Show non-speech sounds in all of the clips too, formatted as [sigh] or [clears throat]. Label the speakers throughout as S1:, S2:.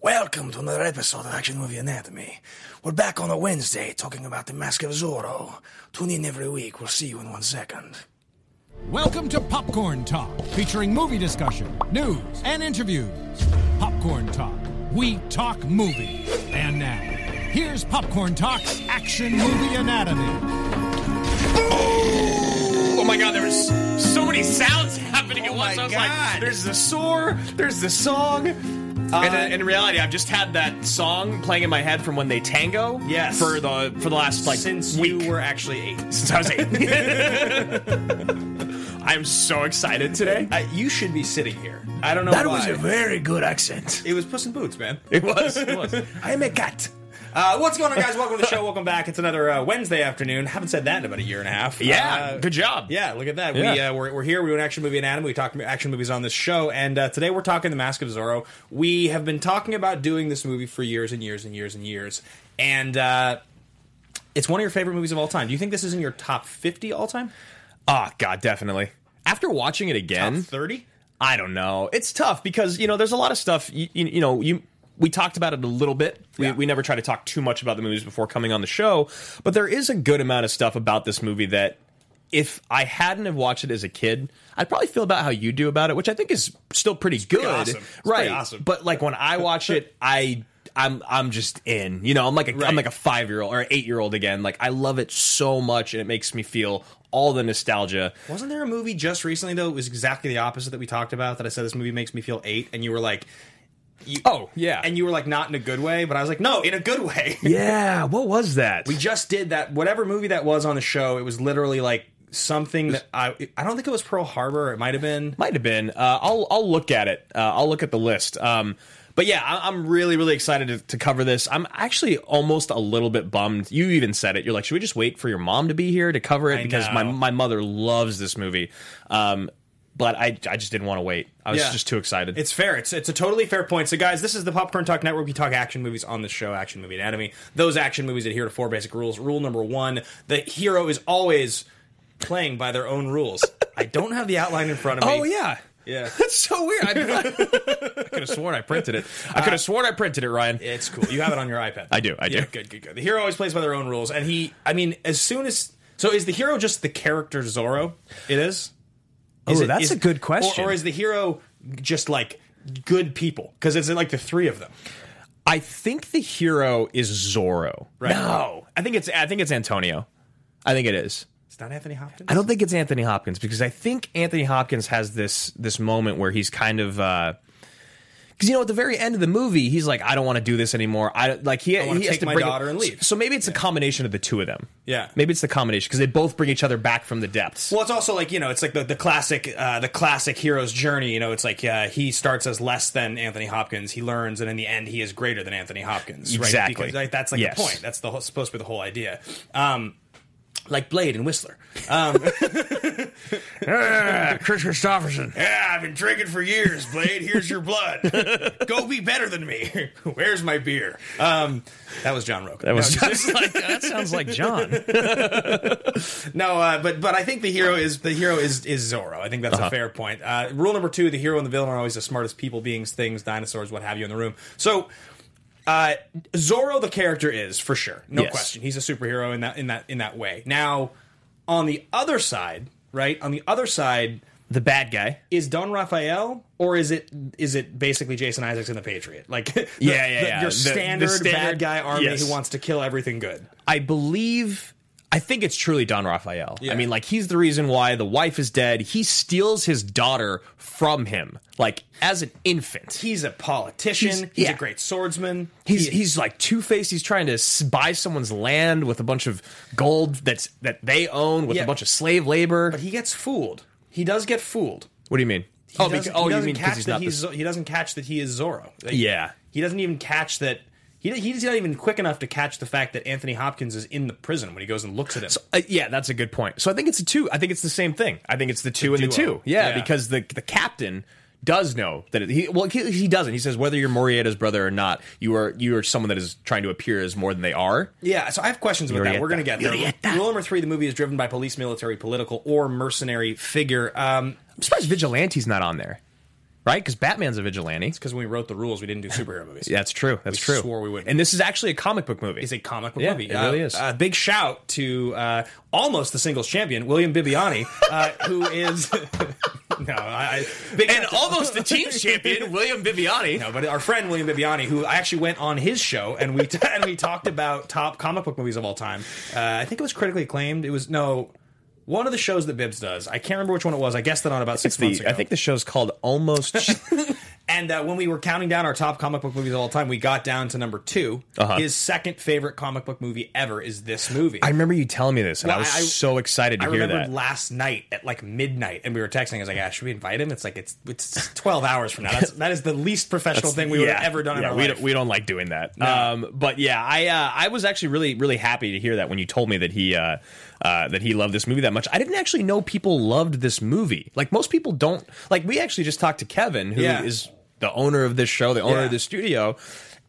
S1: Welcome to another episode of Action Movie Anatomy. We're back on a Wednesday talking about The Mask of Zorro. Tune in every week. We'll see you in one second.
S2: Welcome to Popcorn Talk, featuring movie discussion, news, and interviews. Popcorn Talk, we talk movies. And now, here's Popcorn Talk's Action Movie Anatomy.
S3: Oh my god, there was so many sounds [laughs] happening at once.
S4: Oh my
S3: I was
S4: God.
S3: like, there's the soar, there's the song. and uh, in reality, I've just had that song playing in my head from when they tango.
S4: Yes.
S3: For the for the last like
S4: since
S3: week.
S4: you were actually eight.
S3: [laughs] since I was eight. [laughs] I'm so excited today.
S4: I, you should be sitting here. I don't know
S1: That
S4: why.
S1: was a very good accent.
S4: it was Puss in Boots, man.
S3: It was. It was.
S1: I'm a cat.
S4: Uh, what's going on, guys? Welcome to the show. Welcome back. It's another uh, Wednesday afternoon. Haven't said that in about a year and a
S3: [laughs]
S4: half.
S3: Yeah.
S4: Uh,
S3: good job.
S4: Yeah, look at that. We,
S3: Yeah.
S4: uh, we're, we're here. We do an action movie anatomy. We talk action movies on this show, and uh, today we're talking The Mask of Zorro. We have been talking about doing this movie for years and years and years and years, and uh, it's one of your favorite movies of all time. Do you think this is in your top fifty all time?
S3: Oh god, definitely. After watching it again,
S4: Thirty?
S3: I don't know. It's tough because you know there's a lot of stuff. You, you, you know you. We talked about it a little bit. We,
S4: Yeah.
S3: we never try to talk too much about the movies before coming on the show, but there is a good amount of stuff about this movie that, if I hadn't have watched it as a kid, I'd probably feel about how you do about it, which I think is still pretty good,
S4: awesome. It's pretty
S3: right?
S4: awesome.
S3: But like when I watch
S4: [laughs]
S3: it, I I'm I'm just in. You know, I'm like a
S4: Right.
S3: am like a five year old or eight year old again. Like I love it so much, and it makes me feel all the nostalgia.
S4: Wasn't there a movie just recently though? It was exactly the opposite that we talked about. That I said this movie makes me feel eight, and you were like, you,
S3: Oh, yeah.
S4: and you were like not in a good way, but I was like, no, in a good way. [laughs]
S3: Yeah, what was that?
S4: we just did that. Whatever movie that was on the show, it was literally like something that I I don't think it was Pearl Harbor. It might have been.
S3: Might have been. Uh, I'll I'll look at it. Uh, I'll look at the list. Um, but yeah, I, I'm really really excited to, to cover this. I'm actually almost a little bit bummed. You even said it. You're like, should we just wait for your mom to be here to cover it
S4: I
S3: because my
S4: know.
S3: my mother loves this movie. Um, but I I just didn't want to wait. I was
S4: Yeah.
S3: just too excited.
S4: It's fair. It's it's a totally fair point. So, guys, this is the Popcorn Talk Network. We talk action movies on the show, Action Movie Anatomy. Those action movies adhere to four basic rules. Rule number one: the hero is always playing by their own rules. I don't have the outline in front of me.
S3: oh yeah.
S4: yeah.
S3: That's so weird. I, could have sworn I printed it. [laughs] I could have sworn I printed it, Ryan.
S4: It's cool. You have it on your iPad.
S3: I do, I do.
S4: Yeah, good, good, good. The hero always plays by their own rules, and he. I mean, as soon as so, is the hero just the character Zorro? It is. Is
S3: Oh,
S4: it-
S3: that's
S4: is-
S3: a good question.
S4: Or, or is the hero just like good people? Because it's like the three of them.
S3: I think the hero is Zorro.
S4: Right.
S3: No, I think it's I think it's Antonio. I think it is.
S4: It's not Anthony Hopkins.
S3: I don't think it's Anthony Hopkins because I think Anthony Hopkins has this this moment where he's kind of because you know at the very end of the movie he's like I don't want to do this anymore I don't- like he,
S4: wanna
S3: he has
S4: take
S3: to
S4: my
S3: bring
S4: daughter and leave.
S3: so maybe it's a combination of the two of them
S4: Yeah.
S3: maybe it's the combination because they both bring each other back from the depths
S4: Well, it's also like you know, it's like the, the classic uh, the classic hero's journey. You know, it's like uh, he starts as less than Anthony Hopkins. He learns, and in the end, he is greater than Anthony Hopkins. Right?
S3: Exactly.
S4: Because, like, that's like
S3: Yes.
S4: the point. That's the whole, supposed to be the whole idea. Um, like Blade and Whistler. Um,
S3: Chris Christopherson [laughs]
S4: yeah, I've been drinking for years, Blade. Here's your blood.
S3: [laughs]
S4: Go be better than me. [laughs] Where's my beer? Um, that was John Roca.
S3: that was sounds like, that sounds like John
S4: No, uh, but but I think the hero is the hero is is Zorro. I think that's
S3: Uh-huh.
S4: a fair point. Uh, rule number two: the hero and the villain are always the smartest people, beings, things, dinosaurs, what have you, in the room. So. Uh, Zorro, the character, is for sure, no
S3: Yes.
S4: question. He's a superhero in that in that in that way. Now, on the other side, right? On the other side,
S3: the bad guy
S4: is Don Raphael or is it is it basically Jason Isaacs and the Patriot? Like, [laughs] the-
S3: Yeah, yeah,
S4: the-
S3: yeah.
S4: Your
S3: The- the
S4: standard,
S3: standard-
S4: bad guy army
S3: yes.
S4: who wants to kill everything good.
S3: I believe I think it's truly Don Raphael.
S4: Yeah.
S3: I mean, like he's the reason why the wife is dead. He steals his daughter from him, like as an infant.
S4: He's a politician. He's,
S3: He's- yeah.
S4: a great swordsman.
S3: He's he's like two faced. He's trying to s- buy someone's land with a bunch of gold that's that they own with
S4: Yeah.
S3: a bunch of slave labor.
S4: But he gets fooled. He does get fooled.
S3: what do you mean?
S4: He
S3: beca-
S4: doesn't-
S3: oh,
S4: he
S3: you
S4: doesn't
S3: mean
S4: catch
S3: because he's
S4: that
S3: not
S4: he's
S3: this?
S4: Zo- he doesn't catch that he is Zorro. Like,
S3: Yeah.
S4: he doesn't even catch that. He he's not even quick enough to catch the fact that Anthony Hopkins is in the prison when he goes and looks at him.
S3: Uh, yeah, that's a good point. So I think it's a two. I think it's the same thing. I think it's the two and the
S4: duo.
S3: two. Yeah,
S4: Yeah.
S3: because the the captain does know that it, he well he, he doesn't. He says whether you're Morietta's brother or not, you are you are someone that is trying to appear as more than they are.
S4: yeah, so I have questions about that. We're going to get there.
S3: Yurieta.
S4: Rule number three: the movie is driven by police, military, political, or mercenary figure. Um,
S3: I'm surprised Vigilante's not on there. right? Because Batman's a vigilante.
S4: Because when we wrote the rules, we didn't do
S3: [laughs]
S4: superhero movies.
S3: That's true. That's
S4: We
S3: true.
S4: swore we wouldn't.
S3: And this is actually a comic book movie.
S4: It's a comic book
S3: Yeah,
S4: movie.
S3: it really
S4: Uh,
S3: is.
S4: A big shout to uh, almost the singles champion, William Bibiani,
S3: [laughs]
S4: uh, who is. [laughs] no, I. I- big
S3: and
S4: shout to- [laughs]
S3: almost the team's champion, William Viviani.
S4: No, but our friend William Bibiani, who I actually went on his show and we [laughs] and we talked about top comic book movies of all time. Uh, I think it was critically acclaimed. It was no one of the shows that Bibbs does. I can't remember which one it was. I guessed it on about six
S3: It's the-
S4: months ago.
S3: I think the show's called Almost.
S4: And uh, when we were counting down our top comic book movies of all time, we got down to number 2
S3: Uh-huh.
S4: His second favorite comic book movie ever is this movie.
S3: I remember you telling me this, and I
S4: Well,
S3: was
S4: I-
S3: so excited to
S4: I
S3: hear
S4: remembered
S3: that.
S4: last night at like midnight, and we were texting. I was like, "Ah, should we invite him?" It's like it's it's twelve hours from now. That's, that is the least professional thing we would have ever done in
S3: yeah,
S4: our
S3: we
S4: life.
S3: Don't, we don't like doing that. Um, but yeah, I uh, I was actually really really happy to hear that when you told me that he uh, uh, that he loved this movie that much. I didn't actually know people loved this movie. Like most people don't. Like we actually just talked to Kevin, who is
S4: Yeah.
S3: the owner of this show, the owner
S4: Yeah.
S3: of this studio.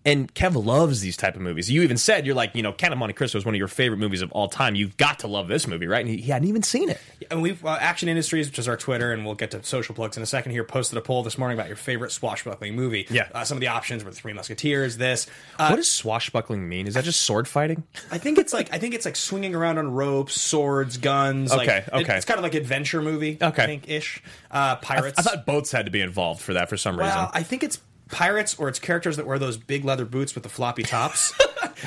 S3: And Kev loves these type of movies. You even said you're like, you know, Count of Monte Cristo is one of your favorite movies of all time. You've got to love this movie, right? And he, he hadn't even seen it.
S4: And we've uh, Action Industries, which is our Twitter, and we'll get to social plugs in a second here. Posted a poll this morning about your favorite swashbuckling movie.
S3: Yeah.
S4: uh, some of the options were the Three Musketeers. This, uh,
S3: what does swashbuckling mean? Is that just sword fighting?
S4: I think it's like I think it's like swinging around on ropes, swords, guns. like-
S3: Okay,
S4: it-
S3: okay.
S4: it's kind of like adventure movie.
S3: Okay.
S4: I think ish. Uh, pirates.
S3: I thought boats had to be involved for that for some reason.
S4: well, I think it's pirates or it's characters that wear those big leather boots with the floppy tops.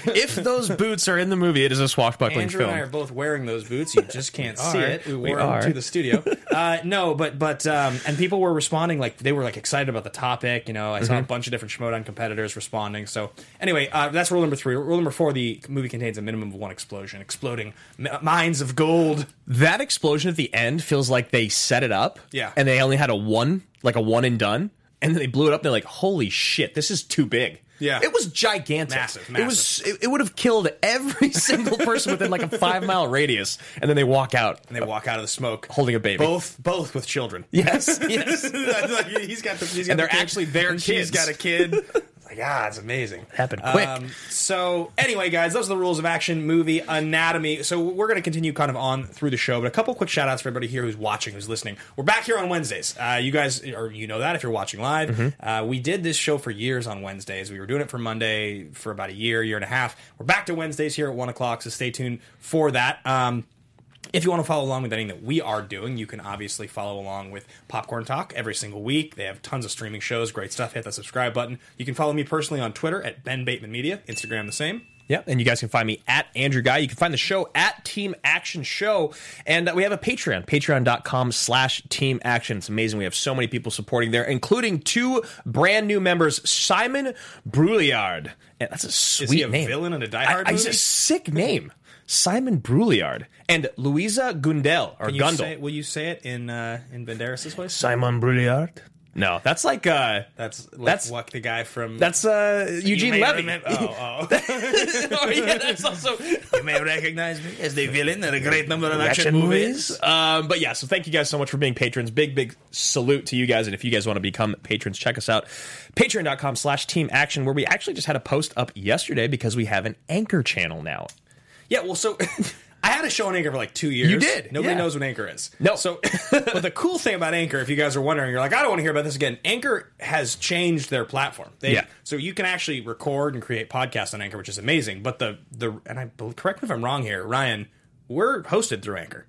S3: if those boots are in the movie, it is a swashbuckling
S4: Andrew
S3: film.
S4: and I are both wearing those boots. You just can't see
S3: are.
S4: it. We
S3: [laughs] We
S4: wore
S3: are.
S4: them to
S3: [laughs]
S4: the studio. Uh, no, but but um, and people were responding like they were like excited about the topic. You know, I
S3: Mm-hmm.
S4: saw a bunch of different Schmodown competitors responding. So anyway, uh, that's rule number three. Rule number four: the movie contains a minimum of one explosion, exploding m- mines of gold.
S3: that explosion at the end feels like they set it up,
S4: Yeah.
S3: and they only had a one, like a one and done, and then they blew it up. And they're like, "Holy shit, this is too big."
S4: Yeah.
S3: it was gigantic.
S4: Massive,
S3: It was. It, it would have killed every [laughs] single person within like a five mile radius, and then they walk out.
S4: And they walk out of the smoke
S3: Holding a baby.
S4: Both both with children. [laughs]
S3: Yes, yes.
S4: Like, he's got the, he's got
S3: And
S4: the
S3: they're
S4: kid,
S3: actually their
S4: and
S3: kids.
S4: She's got a kid. like ah, it's amazing. Um,
S3: Happened quick.
S4: so anyway, guys, those are the rules of action movie anatomy. So we're going to continue kind of on through the show, but a couple quick shout outs for everybody here who's watching, who's listening. We're back here on Wednesdays. Uh, you guys, or you know that if you're watching live,
S3: Mm-hmm.
S4: uh, we did this show for years on Wednesdays. We were doing it for Monday for about a year, year and a half. We're back to Wednesdays here at one o'clock. So stay tuned for that. Um, if you want to follow along with anything that we are doing, you can obviously follow along with Popcorn Talk every single week. They have tons of streaming shows, great stuff. Hit that subscribe button. You can follow me personally on Twitter at Ben Bateman Media, Instagram the same.
S3: Yep. And you guys can find me at Andrew Guy. You can find the show at Team Action Show. And uh, we have a Patreon, patreon.com slash Team Action. It's amazing. We have so many people supporting there, including two brand new members, Simon Brouillard. And that's a sweet
S4: he a
S3: name.
S4: villain in a Die Hard
S3: I- I- He's a
S4: movie?
S3: sick name. Simon Brouillard. And Louisa Gundel, or
S4: Can you
S3: Gundel.
S4: say- will you say it in uh, in Banderas' voice?
S3: Simon Brouillard? No, that's like, uh,
S4: That's like
S3: That's-
S4: what the guy from
S3: that's, uh, Eugene
S4: may
S3: Levy. [laughs]
S4: remem- oh, oh.
S3: oh, yeah, that's also...
S4: [laughs] you may recognize me as the villain in a great number of
S3: action movies. Um, but yeah, so thank you guys so much for being patrons. Big, big salute to you guys. And if you guys want to become patrons, check us out. Patreon.com slash team action, where we actually just had a post up yesterday because we have an anchor channel now.
S4: Yeah, well, so [laughs] I had a show on Anchor for like two years.
S3: You did,
S4: Nobody
S3: yeah.
S4: knows what Anchor is.
S3: No.
S4: So, [laughs] but the cool thing about Anchor, if you guys are wondering, you're like, I don't want to hear about this again. Anchor has changed their platform. They,
S3: Yeah.
S4: So you can actually record and create podcasts on Anchor, which is amazing. But the the and I bel- correct me if I'm wrong here, Ryan. We're hosted through Anchor.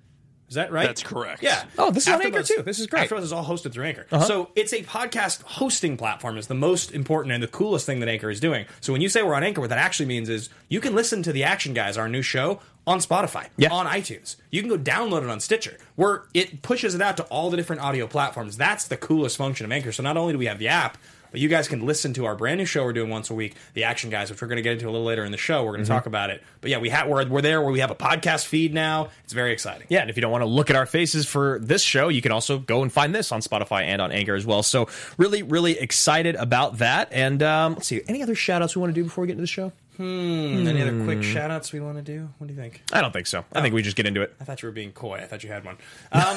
S4: Is that right?
S5: That's correct.
S4: Yeah.
S3: Oh, this is on Anchor,
S4: Afterbuzz-
S3: too. This is great.
S4: Afterbuzz is all hosted through Anchor.
S3: Uh-huh.
S4: So it's a podcast hosting platform. It's the most important and the coolest thing that Anchor is doing. So when you say we're on Anchor, what that actually means is you can listen to the Action Guys, our new show, on Spotify,
S3: Yeah.
S4: on iTunes. You can go download it on Stitcher, where it pushes it out to all the different audio platforms. That's the coolest function of Anchor. So not only do we have the app. But you guys can listen to our brand new show we're doing once a week, The Action Guys, which we're going to get into a little later in the show. We're going to
S3: Mm-hmm.
S4: talk about it. But yeah, we ha- we're, we're there where we have a podcast feed now. It's very exciting.
S3: Yeah, and if you don't want to look at our faces for this show, you can also go and find this on Spotify and on Anchor as well. So really, really excited about that. And um, let's see, any other shout outs we want to do before we get into the show?
S4: Any other quick
S3: Mm.
S4: shout outs we want to do? What do you think?
S3: I don't think so. I think we just get into it.
S4: I thought you were being coy. I thought you had one. Um,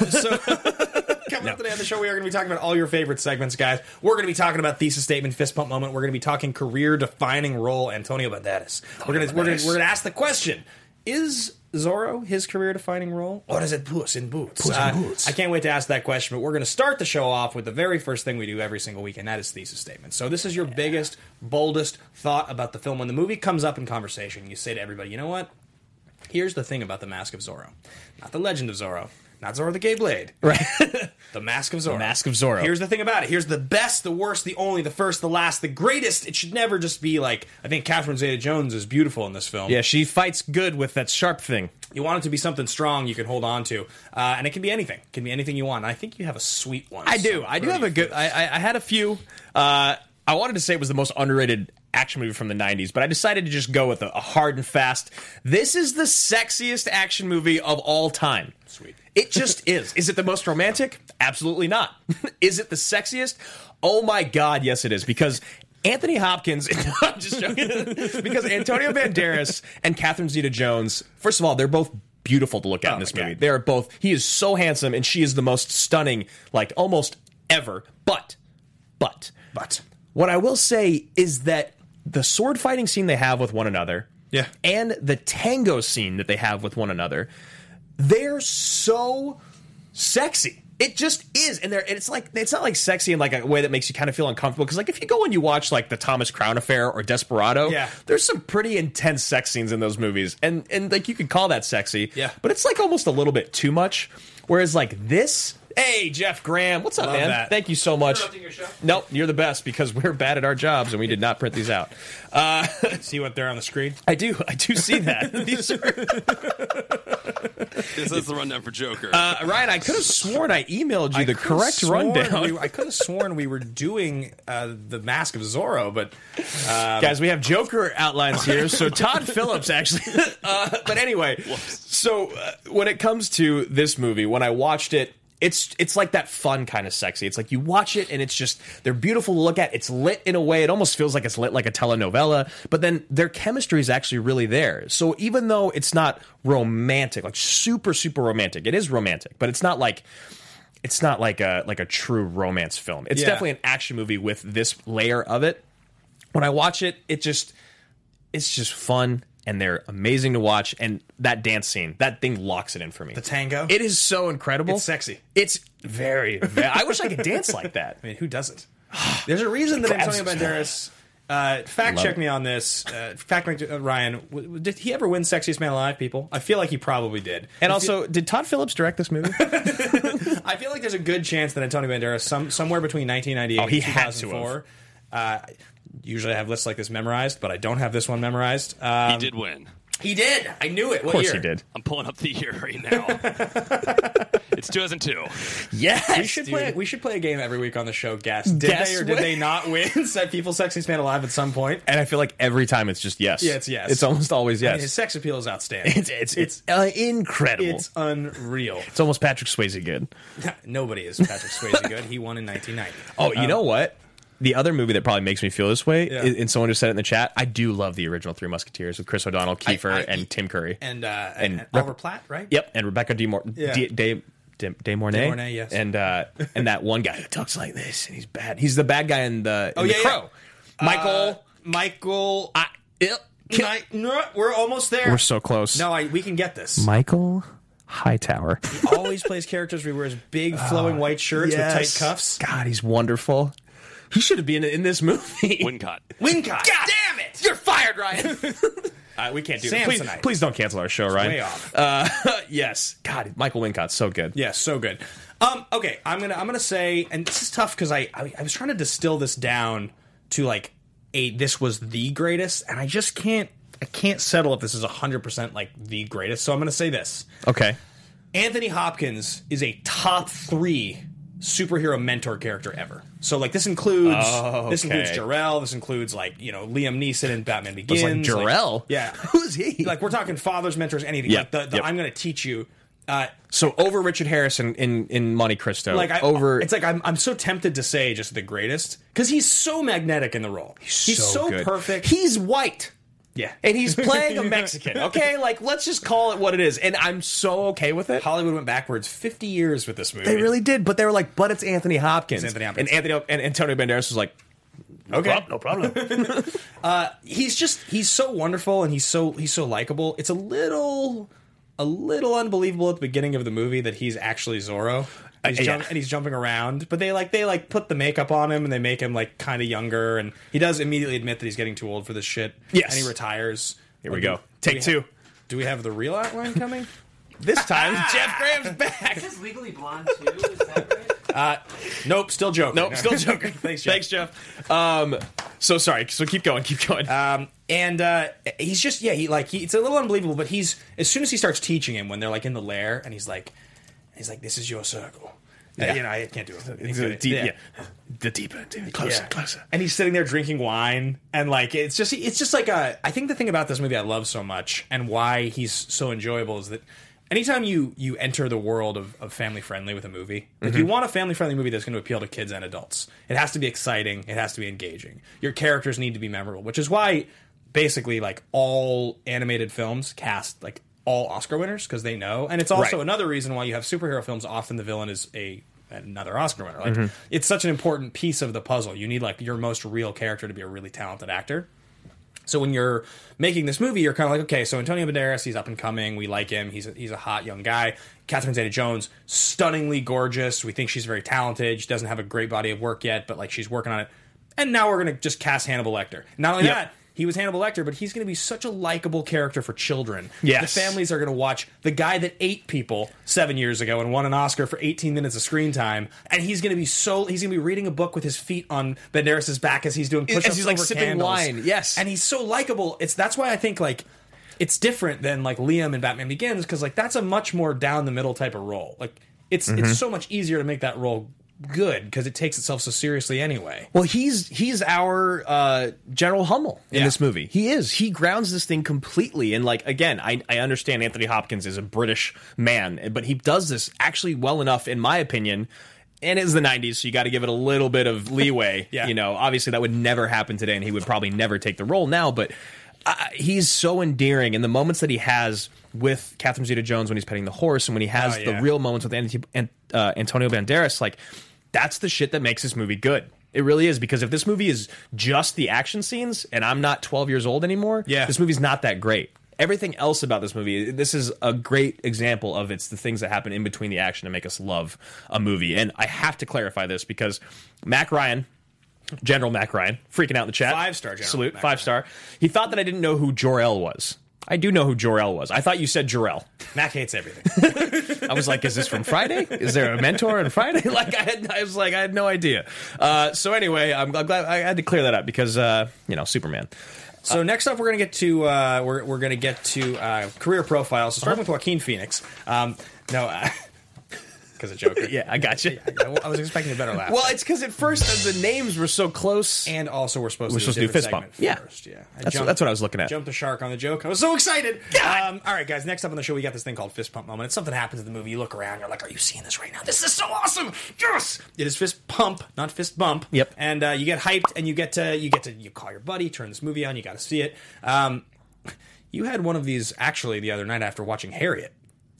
S1: [laughs]
S4: so, coming up today on the show, we are going to be talking about all your favorite segments, guys. We're going to be talking about thesis statement, fist pump moment. We're going to be talking career defining role, Antonio Banderas. We're going to we're going to we're going to ask the question: Is Zorro his career defining role, or is it Puss in Boots?
S1: Puss in
S4: Uh,
S1: Boots.
S4: I can't wait to ask that question, but we're going to start the show off with the very first thing we do every single week, and that is thesis statements. So this is your biggest, boldest thought about the film when the movie comes up in conversation. You say to everybody, you know what? Here's the thing about the Mask of Zorro, not the Legend of Zorro, not Zorro the Gay Blade, right? [laughs] the Mask of Zorro.
S3: Mask of Zorro.
S4: Here's the thing about it. Here's the best, the worst, the only, the first, the last, the greatest. It should never just be like I think Catherine Zeta-Jones is beautiful in this film.
S3: Yeah, she fights good with that sharp thing.
S4: You want it to be something strong you can hold on to, uh, and it can be anything. It can be anything you want. And I think you have a sweet one.
S3: I do. I do have a good. I, I, I had a few. Uh, I wanted to say it was the most underrated action movie from the '90s, but I decided to just go with a, a hard and fast. This is the sexiest action movie of all time.
S4: Sweet.
S3: It just [laughs] is. Is it the most romantic? Absolutely not. [laughs] is it the sexiest? Oh my god, yes it is because. Anthony Hopkins, [laughs] I'm just joking, [laughs] because Antonio Banderas and Catherine Zeta-Jones. First of all, they're both beautiful to look at in this
S4: Oh my
S3: movie.
S4: God.
S3: They are both. He is so handsome, and she is the most stunning, like almost ever. But, but,
S4: But
S3: what I will say is that the sword fighting scene they have with one another,
S4: Yeah.
S3: and the tango scene that they have with one another, they're so sexy. It just is, and they're and it's like it's not like sexy in like a way that makes you kind of feel uncomfortable. Because like if you go and you watch like the Thomas Crown Affair or Desperado,
S4: Yeah.
S3: there's some pretty intense sex scenes in those movies, and and like you could call that sexy,
S4: Yeah.
S3: But it's like almost a little bit too much. Whereas like this, hey Jeff Graham, what's up,
S4: Love
S3: man?
S4: that.
S3: Thank you so much.
S4: Interrupting your show?
S3: Nope, you're the best because we're bad at our jobs and we did not print these out. Uh, [laughs]
S4: see what they're on the screen.
S3: I do, I do see
S4: [laughs]
S3: that. These are-
S5: This is the rundown for Joker.
S3: uh, Ryan, I could have sworn I emailed you the
S4: I could've
S3: correct
S4: sworn
S3: rundown.
S4: we- I could have sworn we were doing uh, the Mask of Zorro, but
S3: Guys, we have Joker outlines here. So Todd Phillips actually, [laughs] uh, but anyway. So uh, when it comes to this movie, when I watched it, it's it's like that fun kind of sexy. It's like you watch it and it's just they're beautiful to look at. It's lit in a way. It almost feels like it's lit like a telenovela. But then their chemistry is actually really there. So even though it's not romantic, like super super romantic, it is romantic, but it's not like. It's not like a like a true romance film. It's
S4: Yeah.
S3: definitely an action movie with this layer of it when I watch it, it just it's just fun and they're amazing to watch. And that dance scene, that thing locks it in for me. The
S4: tango?
S3: it is so incredible.
S4: It's sexy.
S3: It's very. ve- I wish I could dance like that.
S4: [laughs] I mean,
S3: [sighs]
S4: who doesn't? There's a reason that
S3: Grabs
S4: Antonio
S3: his-
S4: Banderas. Uh, fact
S3: Love
S4: check
S3: it.
S4: me on this. Uh, fact check uh, Ryan. W- w- did he ever win Sexiest Man Alive? People, I feel like he probably did.
S3: And also, did Todd Phillips direct this movie?
S4: I feel like there's a good chance that Antonio Banderas, some somewhere between 1998
S3: Oh, he
S4: and
S3: had to have.
S4: 2004. Uh, usually, I have lists like this memorized, but I don't have this one memorized. Uh,
S5: he did win.
S4: he did. I knew it.
S3: of course he did.
S5: I'm pulling up the year right now. it's 2002.
S3: Yes,
S4: We should play. We should play a game every week on the show. Guess did
S3: Guess
S4: they or did
S3: what?
S4: they not win? [laughs] Said people, sexiest man alive at some point.
S3: And I feel like every time it's just yes.
S4: Yeah, it's yes.
S3: It's almost always yes.
S4: And his sex appeal is outstanding.
S3: it's it's, it's, uh, incredible.
S4: it's
S3: It's,
S4: unreal.
S3: almost Patrick Swayze good.
S4: [laughs] Nobody is Patrick Swayze good. He won in 1990.
S3: Oh, you know what? The other movie that probably makes me feel this way,
S4: Uh, Yeah.
S3: and and someone just said it in the chat. I do love the original Three Musketeers with Chris O'Donnell, Kiefer,
S4: I- e,
S3: and Tim Curry.
S4: And uh,
S3: And
S4: and,
S3: Rep-
S4: Oliver Platt, right?
S3: Yep, and Rebecca De Mor-
S4: Yeah.
S3: De, De, De, De Mornay.
S4: Mornay, yes.
S3: And
S4: [laughs]
S3: uh, and that one guy who talks like this, and he's bad. He's the bad guy in the, in
S4: Oh
S3: the
S4: yeah,
S3: Crow.
S4: yeah.
S3: Michael.
S4: Uh, Michael.
S3: I, yep.
S4: I, no, we're almost there.
S3: We're so close.
S4: No, I, we can get this.
S3: Michael Hightower.
S4: Always plays characters where he wears big
S3: Uh,
S4: flowing white shirts with tight cuffs.
S3: God, he's wonderful. He should have been in this movie.
S5: Wincott.
S4: Wincott.
S3: God
S4: damn it!
S3: You're fired, Ryan. Uh, we can't do this. Please,
S4: Samsonite.
S3: please don't cancel our show, Ryan.
S4: way off.
S3: Uh, [laughs] yes. God, Michael Wincott's so good.
S4: Yeah, so good. Um, okay, I'm gonna I'm gonna say, and this is tough because I, I I was trying to distill this down to like a this was the greatest, and I just can't I can't settle if this is hundred percent like the greatest. So I'm gonna say this:
S3: Okay.
S4: Anthony Hopkins is a top three superhero mentor character ever. So like this includes
S3: Oh,
S4: this includes
S3: okay.
S4: Jor-El, this includes like you know Liam Neeson in Batman
S3: It's
S4: Begins.
S3: like Jarrell.
S4: yeah.
S3: [laughs] Who's he?
S4: like we're talking fathers, mentors, anything.
S3: Yeah,
S4: Like the, the
S3: yep.
S4: I'm gonna teach you. Uh,
S3: So over Richard Harrison in in Monte Cristo.
S4: like I,
S3: over
S4: it's like I'm, I'm so tempted to say just the greatest because he's so magnetic in the role he's, so,
S3: good.
S4: perfect
S3: He's white.
S4: yeah
S3: And he's
S4: [laughs]
S3: playing a Mexican, okay? Like, let's just call it what it is. And I'm so okay with it.
S4: hollywood went backwards 50 years with this movie
S3: They really did, but they were like, "But it's Anthony Hopkins."
S4: It's Anthony Hopkins.
S3: And Anthony and Antonio Banderas was like,
S4: okay
S3: "No problem." [laughs]
S4: he's just he's so wonderful and he's so he's so likable it's a little a little unbelievable at the beginning of the movie that he's actually Zorro. He's
S3: yeah.
S4: jump- and he's jumping around, but they like they like put the makeup on him and they make him like kind of younger, and he does immediately admit that he's getting too old for this shit.
S3: Yes.
S4: and he retires. Here
S3: we go. Take two.
S4: do we have the real outline coming? this time, Jeff Graham's back.
S6: Is this Legally Blonde too? Is that right?
S4: Nope, still joking.
S3: Nope, still joking.
S4: Thanks, Jeff.
S3: Thanks, Jeff. Um, so sorry. So keep going. Keep going.
S4: Um, and uh, he's just yeah, he like he, it's a little unbelievable, but he's as soon as he starts teaching him when they're like in the lair, and he's like, he's like, this is your circle. Uh,
S3: Yeah.
S4: you know, I can't do it.
S3: It's a deep- yeah. The deeper, dude. Closer,
S4: Yeah.
S3: closer.
S4: And he's sitting there drinking wine, and like it's just it's just like a. I think the thing about this movie I love so much, and why he's so enjoyable, is that anytime you you enter the world of, of family friendly with a movie, like
S3: Mm-hmm.
S4: you want a family friendly movie that's going to appeal to kids and adults. It has to be exciting. It has to be engaging. Your characters need to be memorable, which is why basically like all animated films cast like all Oscar winners because they know, and it's also
S3: Right.
S4: another reason why you have superhero films. Often the villain is a another Oscar winner. Like it's such an important piece of the puzzle. You need like your most real character to be a really talented actor. So when you're making this movie, you're kind of like, okay, so Antonio Banderas, he's up and coming. We like him. He's a, he's a hot young guy. Catherine Zeta-Jones, stunningly gorgeous. We think she's very talented. She doesn't have a great body of work yet, but like she's working on it. And now we're gonna just cast Hannibal Lecter. Not only
S3: Yep.
S4: that, he was Hannibal Lecter, but he's gonna be such a likable character for children.
S3: Yes.
S4: the families are gonna watch the guy that ate people seven years ago and won an Oscar for 18 minutes of screen time, and he's gonna be so he's gonna be reading a book with his feet on Banderas' back as he's doing push-ups
S3: he's, like,
S4: over
S3: sipping
S4: candles.
S3: wine. Yes.
S4: and he's so likable. It's that's why I think like it's different than like Liam in Batman Begins because like that's a much more down the middle type of role. Like it's it's so much easier to make that role good because it takes itself so seriously anyway.
S3: Well, he's he's our uh, General Hummel in
S4: Yeah.
S3: this movie. He is. He grounds this thing completely. And like again, I, I understand Anthony Hopkins is a British man, but he does this actually well enough, in my opinion. And it's the '90s, so you got to give it a little bit of leeway.
S4: [laughs] Yeah.
S3: You know, obviously that would never happen today, and he would probably never take the role now. But uh, he's so endearing, and the moments that he has with Catherine Zeta-Jones when he's petting the horse, and when he has
S4: Oh, yeah.
S3: the real moments with Ant- Ant- uh, Antonio Banderas, like that's the shit that makes this movie good. It really is because if this movie is just the action scenes, and I'm not 12 years old anymore,
S4: Yeah.
S3: this movie's not that great. Everything else about this movie, this is a great example of it's the things that happen in between the action to make us love a movie. And I have to clarify this because Mac Ryan, General Mac Ryan, freaking out in the chat.
S4: Five-star General
S3: Salute,
S4: Mac
S3: five star. He thought that I didn't know who Jor-El was. I do know who Jor-El was. I thought you said Jor-El.
S4: Mac hates [laughs] everything.
S3: I was like, is this from Friday? Is there a mentor on Friday? [laughs] Like I had, I was like, I had no idea. Uh, so anyway, I'm, I'm glad I had to clear that up because uh, you know Superman.
S4: So next up, we're gonna get to uh, we're we're gonna get to uh, career profiles. So starting with Joaquin Phoenix. Um, no, [laughs] because of Joker.
S3: Yeah, I got you.
S4: I, I was expecting a better laugh.
S3: Well, it's because at first uh, the names were so close.
S4: and also we're supposed
S3: We're
S4: to do
S3: supposed to do
S4: a different
S3: fist bump.
S4: segment
S3: Yeah.
S4: first. Yeah, I
S3: That's- that's what I was looking at.
S4: Jumped the shark on the joke. I was so excited. Um, all right, guys. Next up on the show, we got this thing called fist pump moment. It's something happens in the movie. You look around. You're like, are you seeing this right now? This is so awesome. Yes. It is fist pump, not fist bump.
S3: Yep.
S4: And uh, you get hyped, and you get to you get to you call your buddy, turn this movie on. You got to see it. Um, [laughs] you had one of these actually the other night after watching Harriet.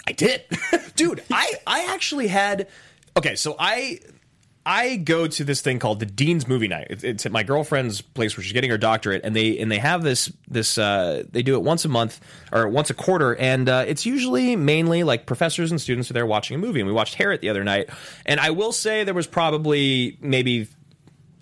S3: I did, [laughs]
S4: [laughs]
S3: dude. I I actually had. Okay, so I I go to this thing called the Dean's Movie Night. It's, it's at my girlfriend's place where she's getting her doctorate, and they and they have this this uh, they do it once a month or once a quarter, and uh, it's usually mainly like professors and students are there watching a movie. And we watched Harriet the other night, and I will say there was probably maybe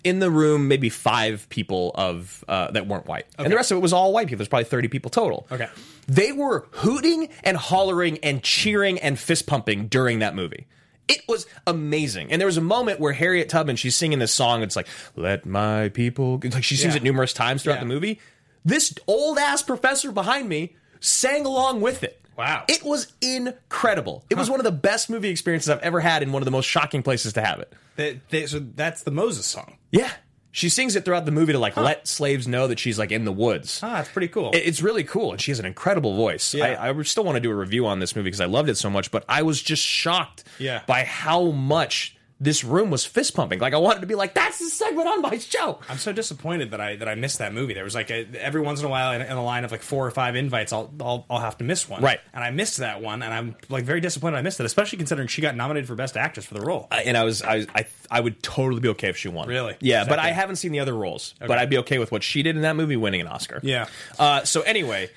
S3: in the room maybe five people of uh, that weren't white, and the rest of it was all white people. There's probably thirty people total.
S4: Okay.
S3: they were hooting and hollering and cheering and fist pumping during that movie. It was amazing, and there was a moment where Harriet Tubman she's singing this song. It's like "Let my people," it's like she sings
S4: Yeah.
S3: it numerous times throughout
S4: Yeah.
S3: the movie. This old ass professor behind me sang along with it.
S4: Wow.
S3: it was incredible. It was one of the best movie experiences I've ever had, in one of the most shocking places to have it.
S4: They, they, so that's the Moses song.
S3: Yeah. She sings it throughout the movie to like let slaves know that she's like in the woods.
S4: Ah, that's pretty cool.
S3: It- It's really cool, and she has an incredible voice.
S4: Yeah.
S3: I, I still want to do a review on this movie because I loved it so much, but I was just shocked
S4: Yeah.
S3: by how much this room was fist pumping. Like I wanted to be like, "That's the segment on my show."
S4: I'm so disappointed that I that I missed that movie. There was like a, every once in a while in, in a line of like four or five invites, I'll, I'll I'll have to miss one.
S3: Right.
S4: and I missed that one, and I'm like very disappointed I missed it, especially considering she got nominated for best actress for the role.
S3: I- Uh, and I was I was- I I would totally be okay if she won.
S4: Really?
S3: Yeah,
S4: Is that
S3: but I
S4: good?
S3: haven't seen the other roles. But I'd be okay with what she did in that movie winning an Oscar.
S4: Yeah.
S3: Uh, so anyway,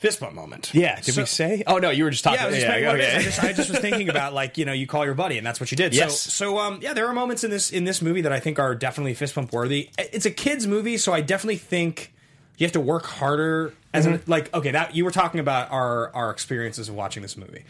S4: fist bump moment.
S3: Yeah, did we
S4: So-
S3: say? Oh no, you were just talking.
S4: Yeah, I was just making what it is.
S3: [laughs]
S4: I just, [laughs] I just was thinking about like you know you call your buddy and that's what you did.
S3: Yes.
S4: So, so um, yeah, there are moments in this in this movie that I think are definitely fist pump worthy. It's a kids movie, so I definitely think you have to work harder as
S3: Mm-hmm.
S4: an, like okay that you were talking about our our experiences of watching this movie.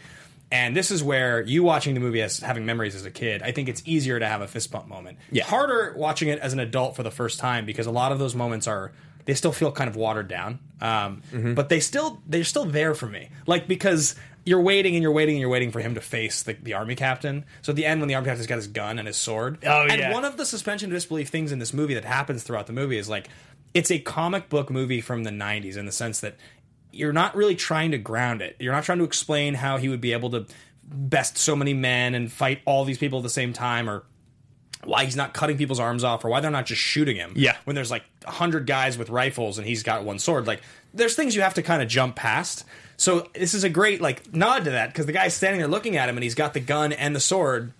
S4: And this is where you watching the movie as having memories as a kid. I think it's easier to have a fist bump moment.
S3: Yeah.
S4: Harder watching it as an adult for the first time because a lot of those moments are they still feel kind of watered down. Um,
S3: Mm-hmm.
S4: but they still they're still there for me. Like because you're waiting and you're waiting and you're waiting for him to face the, the army captain. So at the end, when the army captain's got his gun and his sword,
S3: Oh,
S4: and
S3: yeah.
S4: one of the suspension of disbelief things in this movie that happens throughout the movie is like it's a comic book movie from the '90s in the sense that you're not really trying to ground it. You're not trying to explain how he would be able to best so many men and fight all these people at the same time or why he's not cutting people's arms off or why they're not just shooting him.
S3: Yeah.
S4: When there's like 100 guys with rifles and he's got one sword. Like, there's things you have to kind of jump past. So, this is a great, like, nod to that because the guy's standing there looking at him and he's got the gun and the sword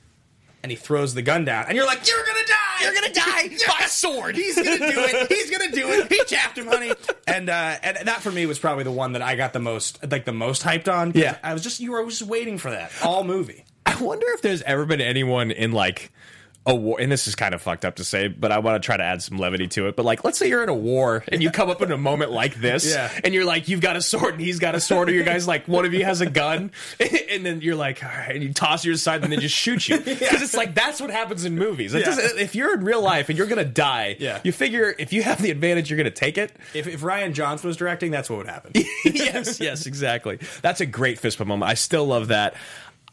S4: and he throws the gun down and you're like, you're going to die! You're going to [laughs] die by sword! He's going to do [laughs] it! He's going to do it! He chapped him, honey! And, uh, and that for me was probably the one that I got the most, like, the most hyped on. 'cause
S3: Yeah.
S4: I was just, you were just waiting for that all movie.
S3: I wonder if there's ever been anyone in like a war, and this is kind of fucked up to say, but I want to try to add some levity to it. But like, let's say you're in a war and you come up in a moment like this,
S4: [laughs] Yeah.
S3: and you're like, you've got a sword and he's got a sword, or your guy's like, one of you has a gun, [laughs] and then you're like, all right, and you toss yours aside and they just shoot
S4: [laughs]
S3: you because it's like that's what happens in movies. It
S4: Yeah.
S3: doesn't- if you're in real life and you're gonna die,
S4: Yeah.
S3: you figure if you have the advantage, you're gonna take it.
S4: If, if Ryan Johnson was directing, that's what would [laughs] happen.
S3: [laughs] yes, yes, exactly. That's a great fist pump moment. I still love that.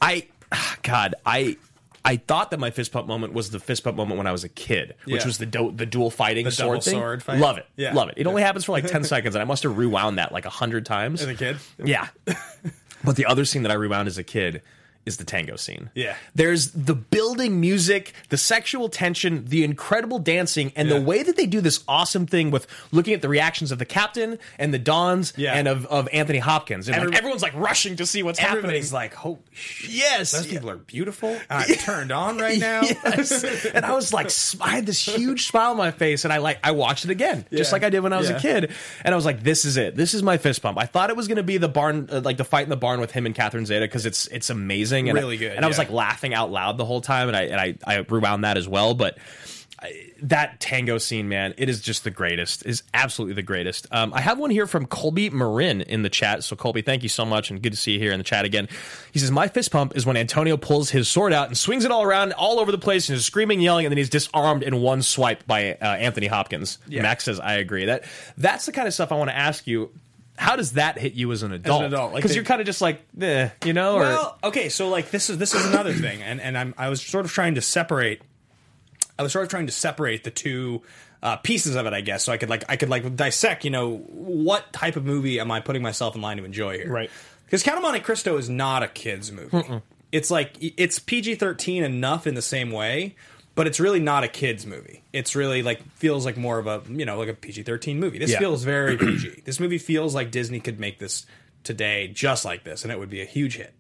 S3: I, ah, God, I. I thought that my fist pump moment was the fist pump moment when I was a kid, which
S4: Yeah.
S3: was the do- the dual fighting
S4: The double
S3: sword thing.
S4: sword fight?
S3: Love it,
S4: Yeah.
S3: love it. It only happens for like
S4: [laughs]
S3: ten seconds, and I must have rewound that like a hundred times
S4: As a kid?
S3: Yeah, [laughs] but the other scene that I rewound as a kid is the tango scene.
S4: Yeah.
S3: there's the building music, the sexual tension, the incredible dancing, and
S4: Yeah.
S3: the way that they do this awesome thing with looking at the reactions of the captain and the dons
S4: Yeah.
S3: and of, of Anthony Hopkins. And
S4: Every-
S3: like, everyone's like rushing to see what's happening.
S4: Everybody's like, holy shit.
S3: Yes.
S4: Those
S3: Yeah.
S4: people are beautiful. I'm [laughs] turned
S3: [laughs]
S4: on right now.
S3: Yes. and I was like, s- I had this huge smile on my face, and I like, I watched it again, just
S4: Yeah.
S3: like I did when I was
S4: Yeah.
S3: a kid, and I was like, this is it, this is my fist pump. I thought it was gonna be the barn, uh, like the fight in the barn with him and Catherine Zeta, because it's it's amazing, and I-
S4: Really good,
S3: and I was
S4: yeah.
S3: like laughing out loud the whole time, and I and I, I rewound that as well, but. I- That tango scene, man, it is just the greatest. Is absolutely the greatest. Um, I have one here from Colby Marin in the chat. So Colby, thank you so much, and good to see you here in the chat again. He says, "My fist pump is when Antonio pulls his sword out and swings it all around, all over the place, and is screaming, yelling, and then he's disarmed in one swipe by uh, Anthony Hopkins." Max says, "I agree. That that's the kind of stuff I want to ask you. How does that hit you as an adult?
S4: adult, like
S3: because
S4: they-
S3: you're kind of just like, eh, you know,
S4: Well, okay, so like this is this is another thing, and and I'm I was sort of trying to separate. I was sort of trying to separate the two uh, pieces of it, I guess. So I could like I could like dissect, you know, what type of movie am I putting myself in line to enjoy here?
S3: Right.
S4: Because Count of Monte Cristo is not a kids movie. It's like it's PG thirteen enough in the same way, but it's really not a kids movie. It's really like feels like more of a you know like a PG thirteen movie. This
S3: Yeah.
S4: feels very PG. This movie feels like Disney could make this today just like this, and it would be a huge hit.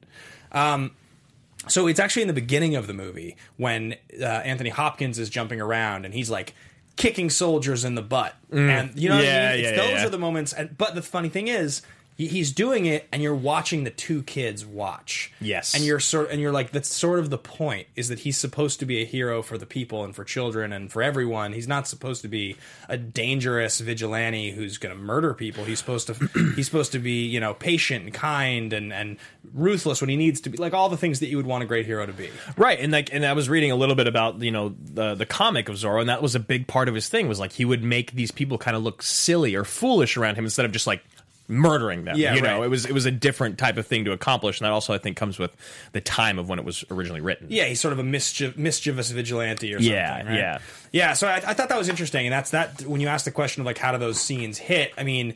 S4: So it's actually in the beginning of the movie when uh, Anthony Hopkins is jumping around and he's like kicking soldiers in the butt, and you know what
S3: Mm. Yeah,
S4: I mean. It's
S3: yeah,
S4: those
S3: yeah.
S4: are the moments. And but the funny thing is, he- he's doing it, and you're watching the two kids watch.
S3: Yes.
S4: and you're sort and you're like that's sort of the point is that he's supposed to be a hero for the people and for children and for everyone. He's not supposed to be a dangerous vigilante who's going to murder people. He's supposed to [clears throat] he's supposed to be you know patient and kind and and ruthless when he needs to be like all the things that you would want a great hero to be.
S3: Right, and like, and I was reading a little bit about you know the the comic of Zorro, and that was a big part of his thing was like he would make these people kind of look silly or foolish around him instead of just like murdering them.
S4: Yeah,
S3: you know,
S4: right.
S3: it was it was a different type of thing to accomplish, and that also I think comes with the time of when it was originally written.
S4: Yeah, he's sort of a mischief, mischievous vigilante or something.
S3: Yeah,
S4: right?
S3: yeah.
S4: yeah. So I, I thought that was interesting, and that's that. When you ask the question of like, how do those scenes hit? I mean,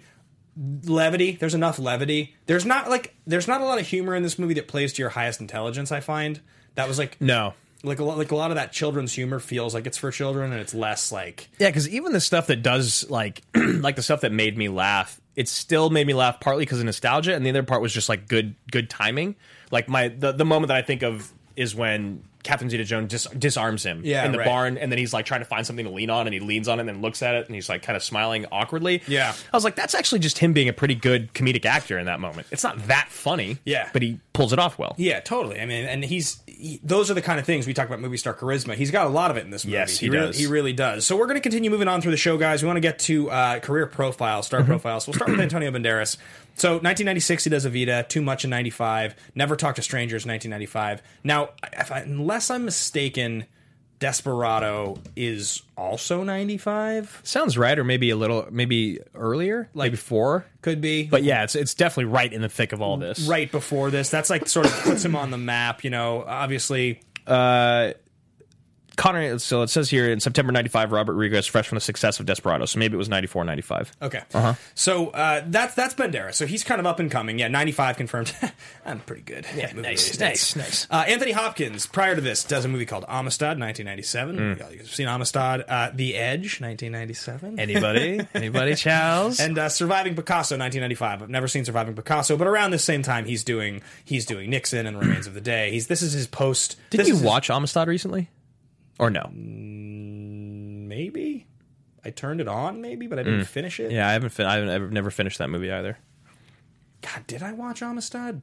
S4: levity. There's enough levity. There's not like there's not a lot of humor in this movie that plays to your highest intelligence. I find that was like
S3: No.
S4: like a lot, like a lot of that children's humor feels like it's for children, and it's less like
S3: Yeah, because even the stuff that does like [clears throat] like the stuff that made me laugh, it still made me laugh partly because of nostalgia, and the other part was just like good good timing. Like my the, the moment that I think of is when Catherine Zeta-Jones just disarms him
S4: Yeah,
S3: in the
S4: right.
S3: barn, and then he's like trying to find something to lean on, and he leans on it and then looks at it, and he's like kind of smiling awkwardly.
S4: Yeah.
S3: I was like, that's actually just him being a pretty good comedic actor in that moment. It's not that funny.
S4: Yeah.
S3: but he pulls it off well.
S4: Yeah, totally. I mean, and he's he, those are the kind of things we talk about movie star charisma. He's got a lot of it in this movie.
S3: Yes, he
S4: really,
S3: does.
S4: He really does. So we're going to continue moving on through the show, guys. We want to get to uh, career profiles, star
S3: Mm-hmm.
S4: profiles. We'll start
S3: [clears throat]
S4: with Antonio Banderas. So 1996, he does Evita. Too much in '95. Never Talk to Strangers, 1995. Now, if I, unless I'm mistaken, Desperado is also 95.
S3: Sounds right, or maybe a little, maybe earlier, like before.
S4: Could be.
S3: But yeah, it's it's definitely right in the thick of all this.
S4: right before this, that's like sort of puts him on the map. You know, obviously.
S3: Connor, so it says here in September 95, Robert Rodriguez, fresh from the success of Desperado. So maybe it was 94, 95.
S4: Okay. Uh-huh. So uh, that's that's Bandera. So he's kind of up and coming. Yeah, 95 confirmed. [laughs] I'm pretty good. Yeah, nice, nice, nice. Uh, Anthony Hopkins, prior to this, does a movie called Amistad, 1997. Yeah, You've seen Amistad. Uh, the Edge, 1997.
S3: [laughs]
S4: And,
S3: Anybody? Anybody, Charles? And
S4: uh, Surviving Picasso, 1995. I've never seen Surviving Picasso, but around the same time, he's doing he's doing Nixon and Remains of the Day. He's This is his post.
S3: did
S4: this
S3: you
S4: is his-
S3: watch Amistad recently? Or no?
S4: maybe? I turned it on, maybe, but I didn't finish it.
S3: Yeah, I haven't, fin- I haven't I've never finished that movie either.
S4: God, did I watch Amistad?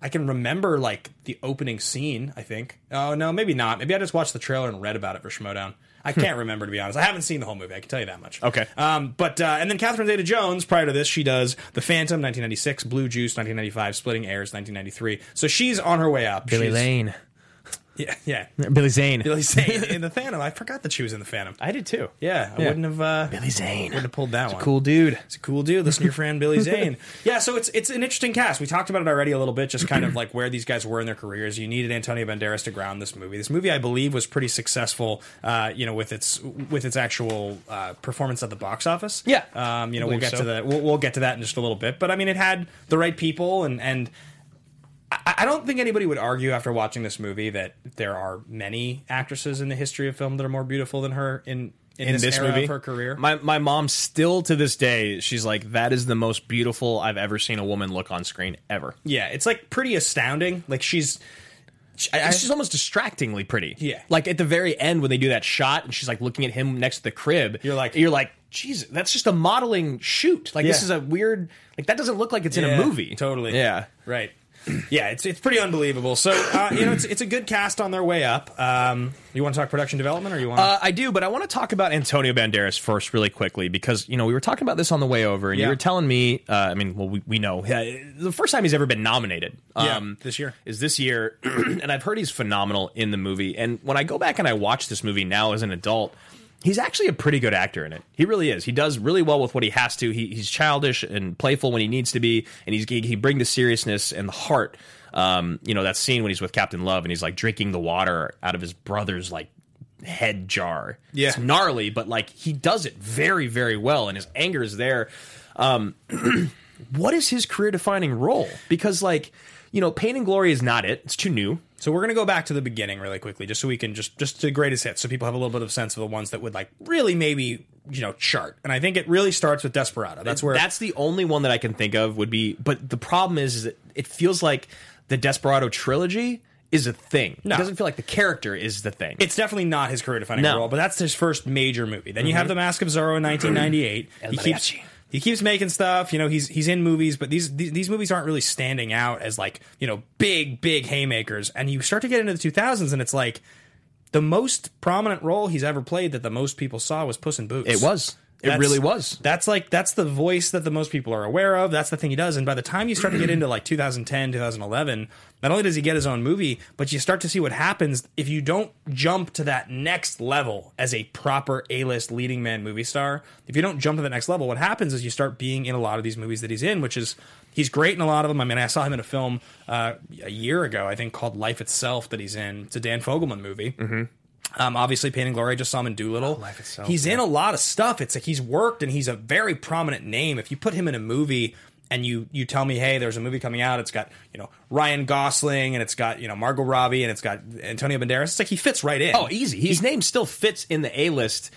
S4: I can remember like the opening scene. I think. Oh no, maybe not. Maybe I just watched the trailer and read about it for Schmodown. I can't remember to be honest. I haven't seen the whole movie. I can tell you that much.
S3: Okay.
S4: Um, but uh, and then Catherine Zeta-Jones. Prior to this, she does The Phantom, 1996, Blue Juice, 1995, Splitting Airs, 1993. So she's on her way up. she's,
S3: Lane.
S4: Yeah, yeah.
S3: Billy Zane.
S4: Billy Zane in the Phantom. I forgot that she was in the Phantom.
S3: I did too.
S4: Yeah, I wouldn't have. Uh,
S3: Billy Zane.
S4: Wouldn't have pulled that one.
S3: Cool dude.
S4: It's a cool dude. Listen to your friend
S3: [laughs]
S4: Billy Zane. yeah, so it's it's an interesting cast. We talked about it already a little bit, just kind of like where these guys were in their careers. You needed Antonio Banderas to ground this movie. This movie, I believe, was pretty successful. Uh, you know, with its with its actual uh, performance at the box office.
S3: Yeah.
S4: Um, you know,
S3: I
S4: we'll
S3: believe
S4: get
S3: so.
S4: to the we'll, we'll get to that in just a little bit. But I mean, it had the right people and and. I I don't think anybody would argue after watching this movie that there are many actresses in the history of film that are more beautiful than her in in,
S3: in
S4: this,
S3: this,
S4: era
S3: movie
S4: of her career.
S3: My my mom still to this day, she's like, that is the most beautiful I've ever seen a woman look on screen ever.
S4: Yeah, it's like pretty astounding. Like she's, she- I- I-
S3: And she's almost distractingly pretty.
S4: Yeah.
S3: Like at the very end when they do that shot and she's like looking at him next to the crib.
S4: You're like-
S3: you're like, Jesus, that's just a modeling shoot. Like this
S4: Yeah.
S3: is a weird, like that doesn't look like it's
S4: Yeah,
S3: in a movie.
S4: Totally.
S3: Yeah.
S4: Right. [clears throat] Yeah, it's it's pretty unbelievable. So uh, you know, it's it's a good cast on their way up. Um, you want to talk production development, or you want? to...
S3: Uh, I do, but I want to talk about Antonio Banderas first, really quickly, because you know we were talking about this on the way over, and
S4: Yeah.
S3: you were telling me. Uh, I mean, well, we, we know uh, the first time he's ever been nominated.
S4: Yeah,
S3: um,
S4: this year.
S3: is this year, [clears throat] and I've heard he's phenomenal in the movie. And when I go back and I watch this movie now as an adult. He's actually a pretty good actor in it. He really is. He does really well with what he has to. He, he's childish and playful when he needs to be, and he's he, he brings the seriousness and the heart. Um, you know that scene when he's with Captain Love and he's like drinking the water out of his brother's like head jar.
S4: Yeah.
S3: It's gnarly, but like he does it very, very well, and his anger is there. Um, [clears throat] what is his career defining role? Because like, you know, Pain and Glory is not it. It's too new.
S4: so we're gonna go back to the beginning really quickly, just so we can just just to greatest hits, so people have a little bit of sense of the ones that would like really maybe you know chart. And I think it really starts with Desperado. That's where
S3: That's the only one that I can think of would be but the problem is, is that it feels like the Desperado trilogy is a thing.
S4: No.
S3: It doesn't feel like the character is the thing.
S4: it's definitely not his career defining
S3: No. Mm-hmm.
S4: role, but that's his first major movie. Then you have The Mask of Zorro in 1998. he keeps
S3: Mariachi.
S4: he keeps making stuff, you know, he's he's in movies, but these, these these movies aren't really standing out as like, you know, big big haymakers. And you start to get into the 2000s and it's like the most prominent role he's ever played that the most people saw was Puss in Boots.
S3: it was. It
S4: That's-
S3: really was.
S4: That's like that's the voice that the most people are aware of. That's the thing he does. And by the time you start to get into like 2010, 2011, not only does he get his own movie, but you start to see what happens if you don't jump to that next level as a proper A-list leading man movie star. If you don't jump to the next level, what happens is you start being in a lot of these movies that he's in, which is he's great in a lot of them. I mean, I saw him in a film uh, a year ago, I think called Life Itself that he's in. It's a Dan Fogelman movie.
S3: Mm-hmm.
S4: Um, obviously, Pain and Glory. I just saw him in Doolittle. Oh, Life itself, he's in a lot of stuff. It's like he's worked and he's a very prominent name. If you put him in a movie and you you tell me, hey, there's a movie coming out. It's got you know Ryan Gosling and it's got you know Margot Robbie and it's got Antonio Banderas. It's like he fits right in.
S3: Oh, easy. His name still fits in the A list,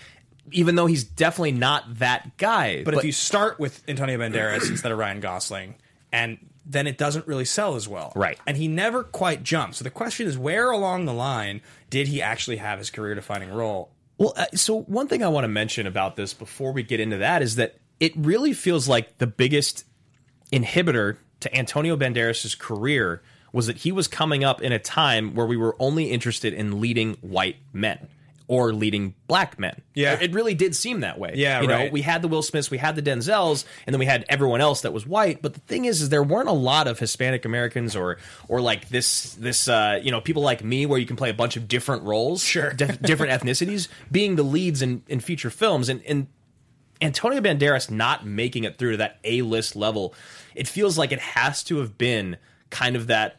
S3: even though he's definitely not that guy.
S4: But, if you start with Antonio Banderas instead of Ryan Gosling and then it doesn't really sell as well.
S3: Right.
S4: And he never quite jumps. So the question is, where along the line did he actually have his career defining role?
S3: Well, uh, so one thing I want to mention about this before we get into that is that it really feels like the biggest inhibitor to Antonio Banderas' career was that he was coming up in a time where we were only interested in leading white men or leading black men.
S4: Yeah.
S3: It really did seem that way.
S4: Yeah,
S3: You know,
S4: right.
S3: we had the Will Smiths, we had the Denzels, and then we had everyone else that was white. But the thing is, is there weren't a lot of Hispanic Americans or or like this this uh, you know people like me where you can play a bunch of different roles,
S4: Sure.
S3: di-
S4: [laughs]
S3: different ethnicities being the leads in in feature films, and and Antonio Banderas not making it through to that A list level, it feels like it has to have been kind of that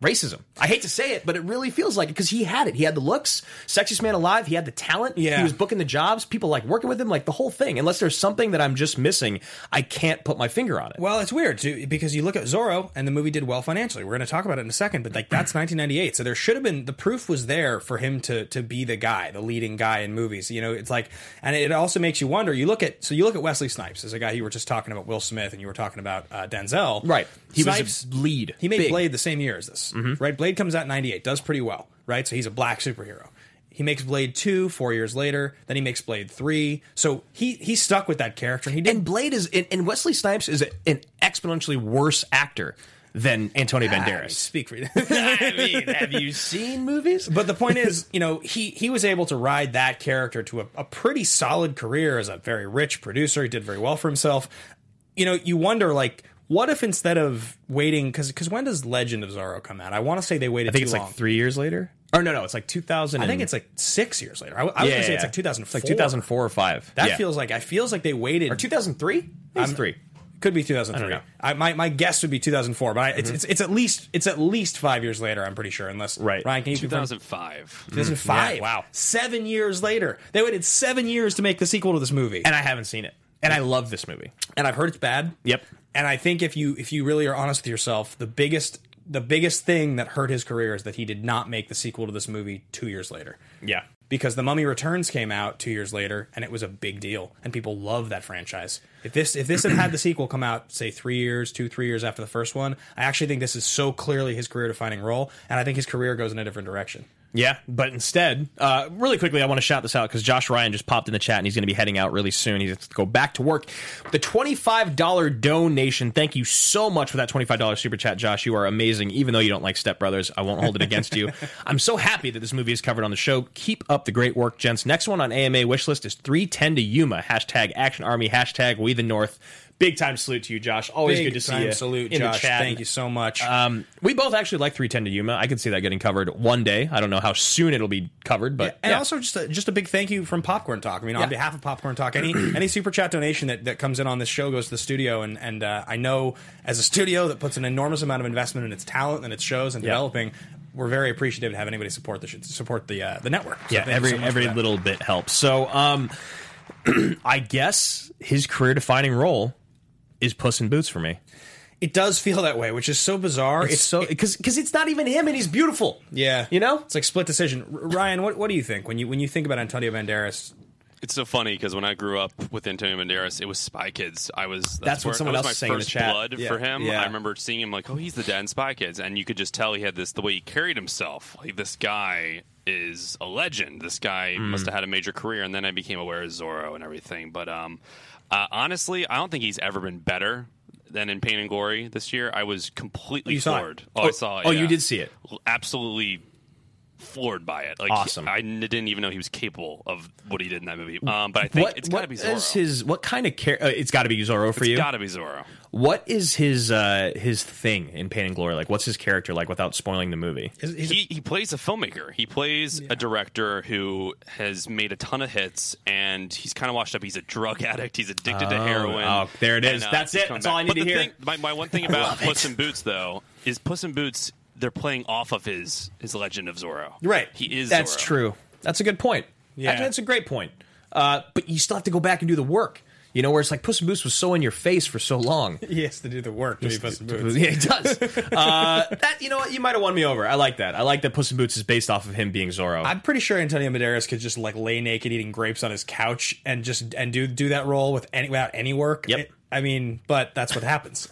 S3: racism. I hate to say it, but it really feels like it because he had it. He had the looks, sexiest man alive. He had the talent.
S4: Yeah.
S3: He was booking the jobs. People like working with him, like the whole thing. Unless there's something that I'm just missing, I can't put my finger on it.
S4: Well, it's weird too because you look at Zorro and the movie did well financially. We're going to talk about it in a second, but like
S3: [clears throat]
S4: that's 1998, so there should have been the proof was there for him to to be the guy, the leading guy in movies. You know, it's like, and it also makes you wonder. You look at so you look at Wesley Snipes as a guy you were just talking about Will Smith and you were talking about uh, Denzel,
S3: right. He
S4: Snipes
S3: was a lead.
S4: he made
S3: Big. Mm-hmm.
S4: Blade the same year as this, right? Blade comes out in '98, does pretty well, right? So he's a black superhero. He makes Blade two four years later. Then he makes Blade three. So he he stuck with that character. And he did
S3: And Blade is, and, and Wesley Snipes is an exponentially worse actor than Antonio Banderas.
S4: [laughs]
S3: [laughs]
S4: speak for you.
S3: have you seen movies?
S4: but the
S3: [laughs]
S4: point is, you know, he he was able to ride that character to a, a pretty solid career as a very rich producer. He did very well for himself. You know, you wonder like. What if instead of waiting, because when does Legend of Zorro come out? I want to say they waited
S3: I think
S4: too
S3: it's
S4: long.
S3: like three years later. Or no, no, it's like 2000.
S4: I think it's like six years later. I, I was gonna say it's like 2004.
S3: Like 2004 or five.
S4: That
S3: Yeah.
S4: feels like I feels like they waited.
S3: or 2003. It's
S4: I'm-
S3: three.
S4: could be 2003. I
S3: know. Mm-hmm.
S4: my my guess would be 2004, but I, it's, it's it's at least it's at least five years later. I'm pretty sure, unless
S3: Right.
S4: Ryan, can you confirm?
S5: 2005.
S4: 2005.
S3: Mm, Yeah, wow.
S4: seven years later. They waited seven years to make the sequel to this movie,
S3: And I haven't seen it. And I love this movie.
S4: and I've heard it's bad.
S3: Yep.
S4: And I think if you if you really are honest with yourself, the biggest the biggest thing that hurt his career is that he did not make the sequel to this movie two years later.
S3: Yeah.
S4: because The Mummy Returns came out two years later, and it was a big deal, and people love that franchise. If this if this had had the [clears throat] sequel come out, say three years, two three years after the first one, I actually think this is so clearly his career defining role, and I think his career goes in a different direction.
S3: Yeah, but instead, uh, really quickly, I want to shout this out because Josh Ryan just popped in the chat and he's going to be heading out really soon. He has to go back to work. The $25 donation, thank you so much for that $25 super chat, Josh. You are amazing. Even though you don't like Step Brothers, I won't hold it against
S4: [laughs]
S3: you. I'm so happy that this movie is covered on the show. Keep up the great work, gents. Next one on AMA wishlist is 310 to Yuma. Hashtag Action Army, hashtag We the North. Big time salute to you, Josh. Always
S4: Big
S3: good to see
S4: time
S3: you.
S4: Salute,
S3: in
S4: Josh.
S3: The chat.
S4: Thank you so much.
S3: Um, we both actually like 310 to Yuma. I could see that getting covered one day. I don't know how soon it'll be covered, but
S4: and
S3: yeah.
S4: also just a, just a big thank you from Popcorn Talk. I mean, on behalf of Popcorn Talk,
S3: [clears throat]
S4: any any super chat donation that, that comes in on this show goes to the studio, and and uh, I know as a studio that puts an enormous amount of investment in its talent and its shows and
S3: Yeah.
S4: developing, we're very appreciative to have anybody support the sh- support the uh, the network. So
S3: yeah,
S4: thank you
S3: every
S4: so much for
S3: every
S4: that.
S3: little bit helps. So, um, [clears throat] I guess his career defining role is Puss in Boots for me.
S4: it does feel that way, which is so bizarre. It's,
S3: It's so because because it's not even him, and he's beautiful.
S4: yeah,
S3: you know.
S4: it's like split decision. R- Ryan, what what do you think when you when you think about Antonio Banderas?
S5: It's so funny because when I grew up with Antonio Banderas, it was Spy Kids. I was that's,
S3: That's what
S5: where-
S3: someone
S5: that
S3: else
S5: was my
S3: was saying in the
S5: first
S3: chat.
S5: blood
S4: Yeah.
S5: for him.
S4: Yeah.
S5: I remember seeing him like, oh, he's the dad in Spy Kids, and you could just tell he had this the way he carried himself. Like this guy is a legend. This guy
S3: Hmm.
S5: must have had a major career, and then I became aware of Zorro and everything. But um, uh, honestly, I don't think he's ever been better than in Pain and Glory this year. I was completely
S4: You saw it?
S5: floored. Oh, I saw it.
S3: oh, you
S5: yeah.
S3: did see it.
S5: Absolutely floored by it. Like
S3: Awesome.
S5: I n- didn't even know he was capable of what he did in that movie. Um, but I think
S3: What
S5: it's got to
S3: what
S5: be
S3: is
S5: Zorro.
S3: his what kind of care? Uh, it's got to be Zorro for you.
S5: It's got to be Zorro.
S3: what is his uh his thing in Pain and Glory? Like, what's his character like without spoiling the movie?
S5: He, he plays a filmmaker. He plays a director who has made a ton of hits, and he's kind of washed up. He's a drug addict. He's addicted to heroin.
S3: oh, there it is.
S5: And, uh,
S3: That's
S5: he's
S3: it.
S5: come
S3: That's all I need
S5: But
S3: to
S5: the
S3: hear.
S5: Thing, my, my
S3: [laughs]
S5: one thing about Puss in Boots, though, is Puss in Boots. They're playing off of his his Legend of Zorro.
S4: Right.
S5: He is.
S3: That's
S5: Zorro.
S3: true. That's a good point.
S4: Yeah.
S3: Actually, that's a great point. Uh, but you still have to go back and do the work. You know, where it's like Puss in Boots was so in your face for so
S4: [laughs]
S3: long.
S4: He has to do the work to be Puss in Boots.
S3: Yeah, it does. [laughs] uh, that you know what you might have won me over. I like that. I like that Puss in Boots is based off of him being Zorro.
S4: I'm pretty sure Antonio Banderas could just like lay naked eating grapes on his couch and just and do do that role with any without any work.
S3: Yep.
S4: It- I mean, but that's what happens.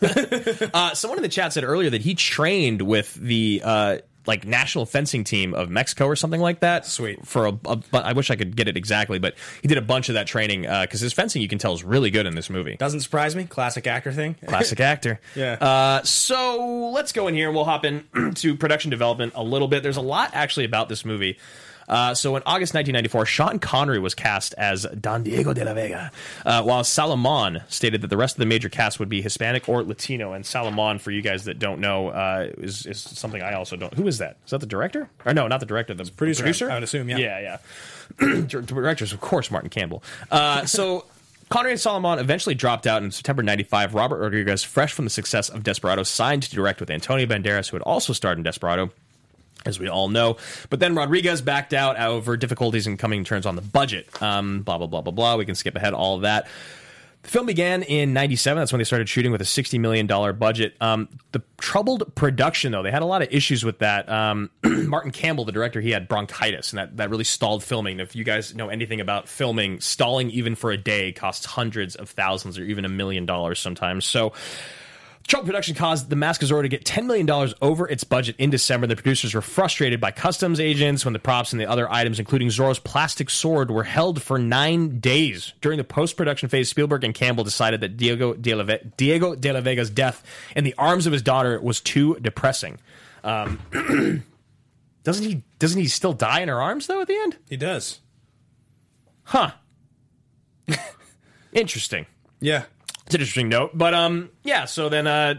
S3: Uh, someone in the chat said earlier that he trained with the uh, like national fencing team of Mexico or something like that.
S4: Sweet.
S3: For a, a bu- I wish I could get it exactly, but he did a bunch of that training because his fencing you can tell is really good in this movie.
S4: Doesn't surprise me. Classic actor thing.
S3: Classic actor.
S4: Yeah.
S3: Uh, so let's go in here and we'll hop in [clears throat] to production development a little bit. There's a lot actually about this movie. Uh, so in August 1994, Sean Connery was cast as Don Diego de la Vega, uh, while Salomon stated that the rest of the major cast would be Hispanic or Latino. And Salomon, for you guys that don't know, uh, is, is something I also don't. Who is that? Is that the director? Or no, not the director. The
S4: producer,
S3: producer.
S4: I would assume, yeah.
S3: Yeah, yeah [clears throat] dir- directors, of course, Martin Campbell. Uh, so. [laughs] Connery and Solomon eventually dropped out in September 95. Robert Rodriguez, fresh from the success of Desperado, signed to direct with Antonio Banderas, who had also starred in Desperado, as we all know. But then Rodriguez backed out over difficulties in coming to terms on the budget. Um, blah, blah, blah, blah, blah. We can skip ahead all of that. The film began in 97. That's when they started shooting with a $60 million budget. Um, the troubled production, though, they had a lot of issues with that. Um, [clears throat] Martin Campbell, the director, he had bronchitis, and that, that really stalled filming. If you guys know anything about filming, stalling even for a day costs hundreds of thousands or even a million dollars sometimes. So Trouble production caused The Mask of Zorro to get $10 million over its budget in December. The producers were frustrated by customs agents when the props and the other items, including Zorro's plastic sword, were held for nine days. During the post production phase, Spielberg and Campbell decided that Diego de, la Ve- Diego de la Vega's death in the arms of his daughter was too depressing. Um, [clears throat] doesn't he? Doesn't he still die in her arms though at the end?
S4: he does.
S3: Huh. Interesting.
S4: Yeah.
S3: It's an interesting note. But um, yeah. So then uh,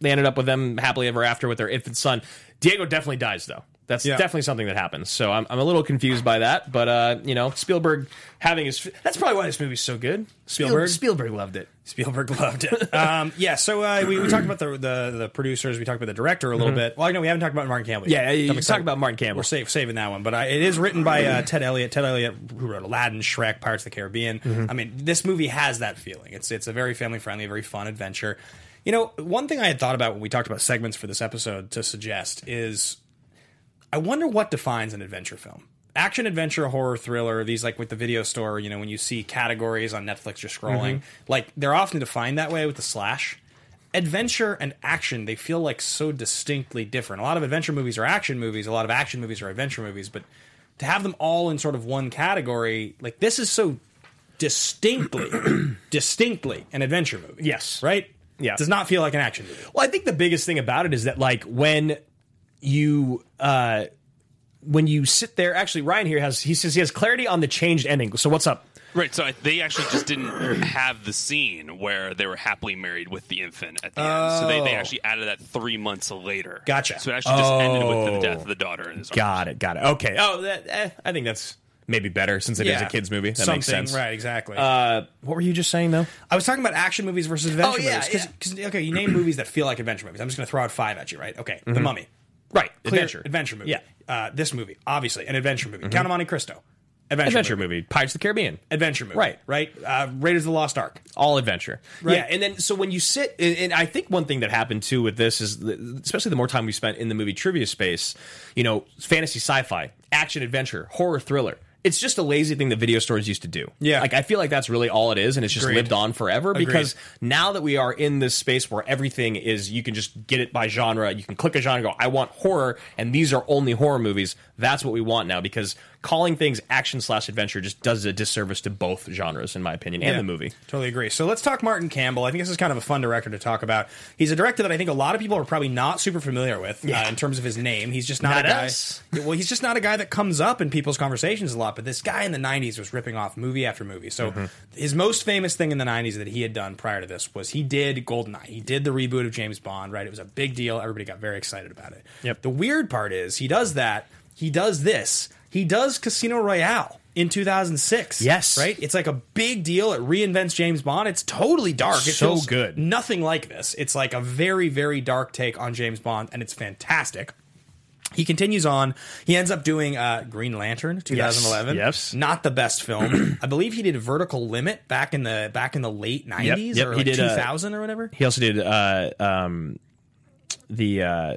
S3: they ended up with them happily ever after with their infant son. Diego definitely dies though. That's
S4: Yeah.
S3: definitely something that happens. So I'm, I'm a little confused by that. But uh, you know, Spielberg having his that's probably why this movie's so good.
S4: Spielberg?
S3: Spielberg loved it.
S4: Spielberg loved it. [laughs] Um, yeah, so uh, we, we talked about the, the the producers, we talked about the director a little bit. Well, I know we haven't talked about Martin Campbell.
S3: Yeah,
S4: yet.
S3: you
S4: I'm
S3: talk
S4: excited.
S3: about Martin Campbell.
S4: We're safe saving that one, but uh, it is written by uh, Ted Elliott. Ted Elliott, who wrote Aladdin, Shrek, Pirates of the Caribbean. I mean, this movie has that feeling. It's it's a very family friendly, very fun adventure. You know, one thing I had thought about when we talked about segments for this episode to suggest is I wonder what defines an adventure film. Action adventure, horror thriller, these like with the video store, you know, when you see categories on Netflix you're scrolling, like they're often defined that way with the slash. Adventure and action, they feel like so distinctly different. A lot of adventure movies are action movies, a lot of action movies are adventure movies, but to have them all in sort of one category, like this is so distinctly, distinctly an adventure movie.
S3: Yes.
S4: Right?
S3: Yeah.
S4: Does not feel like an action movie.
S3: Well, I think the biggest thing about it is that like when you uh when you sit there, actually Ryan here has he says he has clarity on the changed ending. So what's up?
S5: Right, so I- they actually just didn't have the scene where they were happily married with the infant at the end. So they, they actually added that three months later.
S4: Gotcha.
S5: So it actually just ended with the death of the daughter in his arms.
S3: Got it, got it. Okay. Oh, that, eh, I think that's maybe better since it is a kids movie. That
S4: Something,
S3: makes sense. Uh,
S4: Right, exactly.
S3: What were you just saying though?
S4: I was talking about action movies versus adventure
S3: Oh, yeah,
S4: movies. Cause,
S3: yeah.
S4: 'cause, okay, you name movies that feel like adventure movies. I'm just going to throw out five at you, right? Okay, The Mummy,
S3: Right,
S4: Clear-
S3: Mm-hmm. adventure,
S4: adventure movie.
S3: Yeah, Mm-hmm.
S4: Uh, this movie, obviously, an adventure movie. Count of Monte Cristo, adventure,
S3: adventure
S4: movie.
S3: movie. Pirates of the Caribbean.
S4: adventure movie.
S3: Right.
S4: right. Uh, Raiders of the Lost Ark.
S3: all adventure.
S4: Right.
S3: Yeah, and then so when you sit, and, and I think one thing that happened too with this is, th- especially the more time we spent in the movie trivia space, you know, fantasy, sci-fi, action, adventure, horror, thriller. It's just a lazy thing that video stores used to do.
S4: Yeah.
S3: like I feel like that's really all it is, and it's just lived on forever because now that we are in this space where everything is, you can just get it by genre. You can click a genre, and go, I want horror, and these are only horror movies. That's what we want now because calling things action slash adventure just does a disservice to both genres, in my opinion, and
S4: Yeah,
S3: the movie.
S4: Totally agree. So let's talk Martin Campbell. I think this is kind of a fun director to talk about. He's a director that I think a lot of people are probably not super familiar with uh, in terms of his name. He's just not,
S3: Not
S4: a guy.
S3: us.
S4: Yeah, Well, he's just not a guy that comes up in people's conversations a lot. But this guy in the '90s was ripping off movie after movie. So
S3: Mm-hmm.
S4: his most famous thing in the '90s that he had done prior to this was he did Goldeneye. He did the reboot of James Bond. Right, it was a big deal. Everybody got very excited about it.
S3: Yep.
S4: The weird part is he does that. He does this. He does Casino Royale in 2006.
S3: Yes.
S4: Right? It's like a big deal. It reinvents James Bond. It's totally dark. It
S3: So
S4: feels
S3: good.
S4: Nothing like this. It's like a very, very dark take on James Bond, and it's fantastic. He continues on. He ends up doing uh, Green Lantern, 2011.
S3: Yes.
S4: not the
S3: [clears throat]
S4: best film. I believe he did Vertical Limit back in the back in the late 90s
S3: yep,
S4: or
S3: he
S4: like
S3: did, uh,
S4: 2000 or whatever.
S3: He also did uh, um, the uh,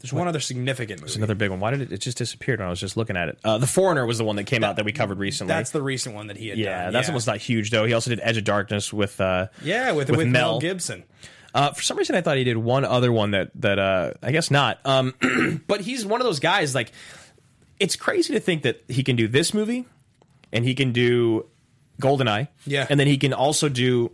S4: There's one other significant movie.
S3: Another big one. Why did it? It just disappeared when I was just looking at it. Uh, the Foreigner was the one that came out that we covered recently.
S4: That's the recent one that he had
S3: yeah,
S4: done.
S3: that's almost not huge though. He also did Edge of Darkness with uh,
S4: Yeah, with, with, Mel. Gibson.
S3: Uh, for some reason, I thought he did one other one that that uh, I guess not. Um, [clears throat] but he's one of those guys. Like, it's crazy to think that he can do this movie, and he can do Goldeneye,
S4: Yeah.
S3: and then he can also do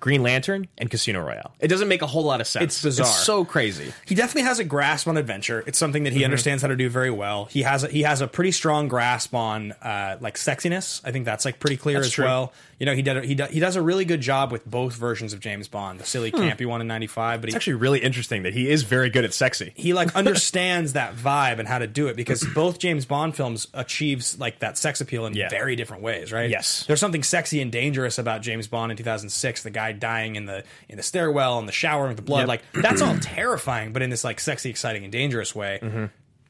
S3: Green Lantern and Casino Royale. It doesn't make a whole lot of sense.
S4: It's bizarre.
S3: so crazy.
S4: He definitely has a grasp on adventure. It's something
S3: Mm-hmm.
S4: that he understands how to do very well. He has a, he has a pretty strong grasp on uh, like sexiness. I think that's like pretty clear as
S3: true.
S4: well. You know, he did a, he do, he does a really good job with both versions of James Bond, the silly campy one in '95, but he,
S3: Hmm. It's actually really interesting that he is very good at sexy. [laughs]
S4: he like understands that vibe and how to do it because both James Bond films achieves like that sex appeal in
S3: Yeah.
S4: very different ways, right?
S3: Yes.
S4: there's something sexy and dangerous about James Bond in 2006, the guy dying in the in the stairwell in the shower with the blood,
S3: Yep.
S4: like that's all [clears throat] terrifying, but in this like sexy, exciting, and dangerous way.
S3: Mm-hmm.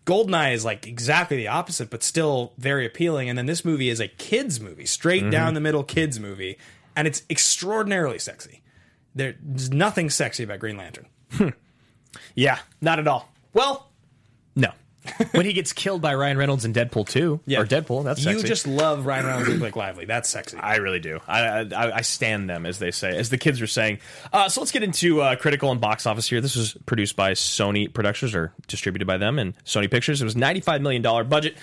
S4: Goldeneye is like exactly the opposite, but still very appealing. And then this movie is a kids movie, straight
S3: Mm-hmm.
S4: down the middle kids movie, and it's extraordinarily sexy. There's nothing sexy about Green Lantern.
S3: Yeah, not at all. Well, no. [laughs] when he gets killed by Ryan Reynolds in Deadpool 2, or Deadpool, that's sexy.
S4: You just love Ryan Reynolds and Blake Lively. That's sexy.
S3: I really do. I, I I stand them as they say, as the kids are saying. Uh, so let's get into uh, critical and box office here. This was produced by Sony Productions or distributed by them and Sony Pictures. It was ninety five million dollar budget.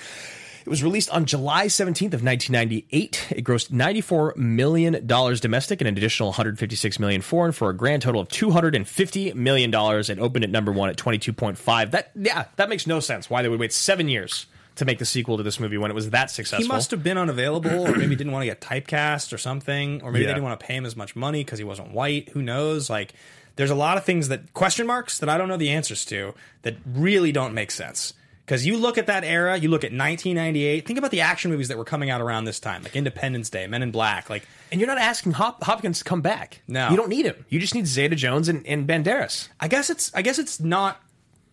S3: It was released on July seventeenth of nineteen ninety eight. It grossed ninety four million dollars domestic and an additional one hundred fifty six million foreign for a grand total of two hundred and fifty million dollars. It opened at number one at twenty two point five. That yeah, that makes no sense. Why they would wait seven years to make the sequel to this movie when it was that successful?
S4: he must have been unavailable, or maybe didn't want to get typecast or something, or maybe
S3: Yeah.
S4: they didn't want to pay him as much money because he wasn't white. Who knows? Like, there's a lot of things that question marks that I don't know the answers to that really don't make sense. Because you look at that era, you look at 1998. Think about the action movies that were coming out around this time, like Independence Day, Men in Black. Like,
S3: And you're not asking Hop- Hopkins to come back.
S4: No.
S3: you don't need him. You just need Zeta Jones and, and Banderas.
S4: I guess it's I guess it's not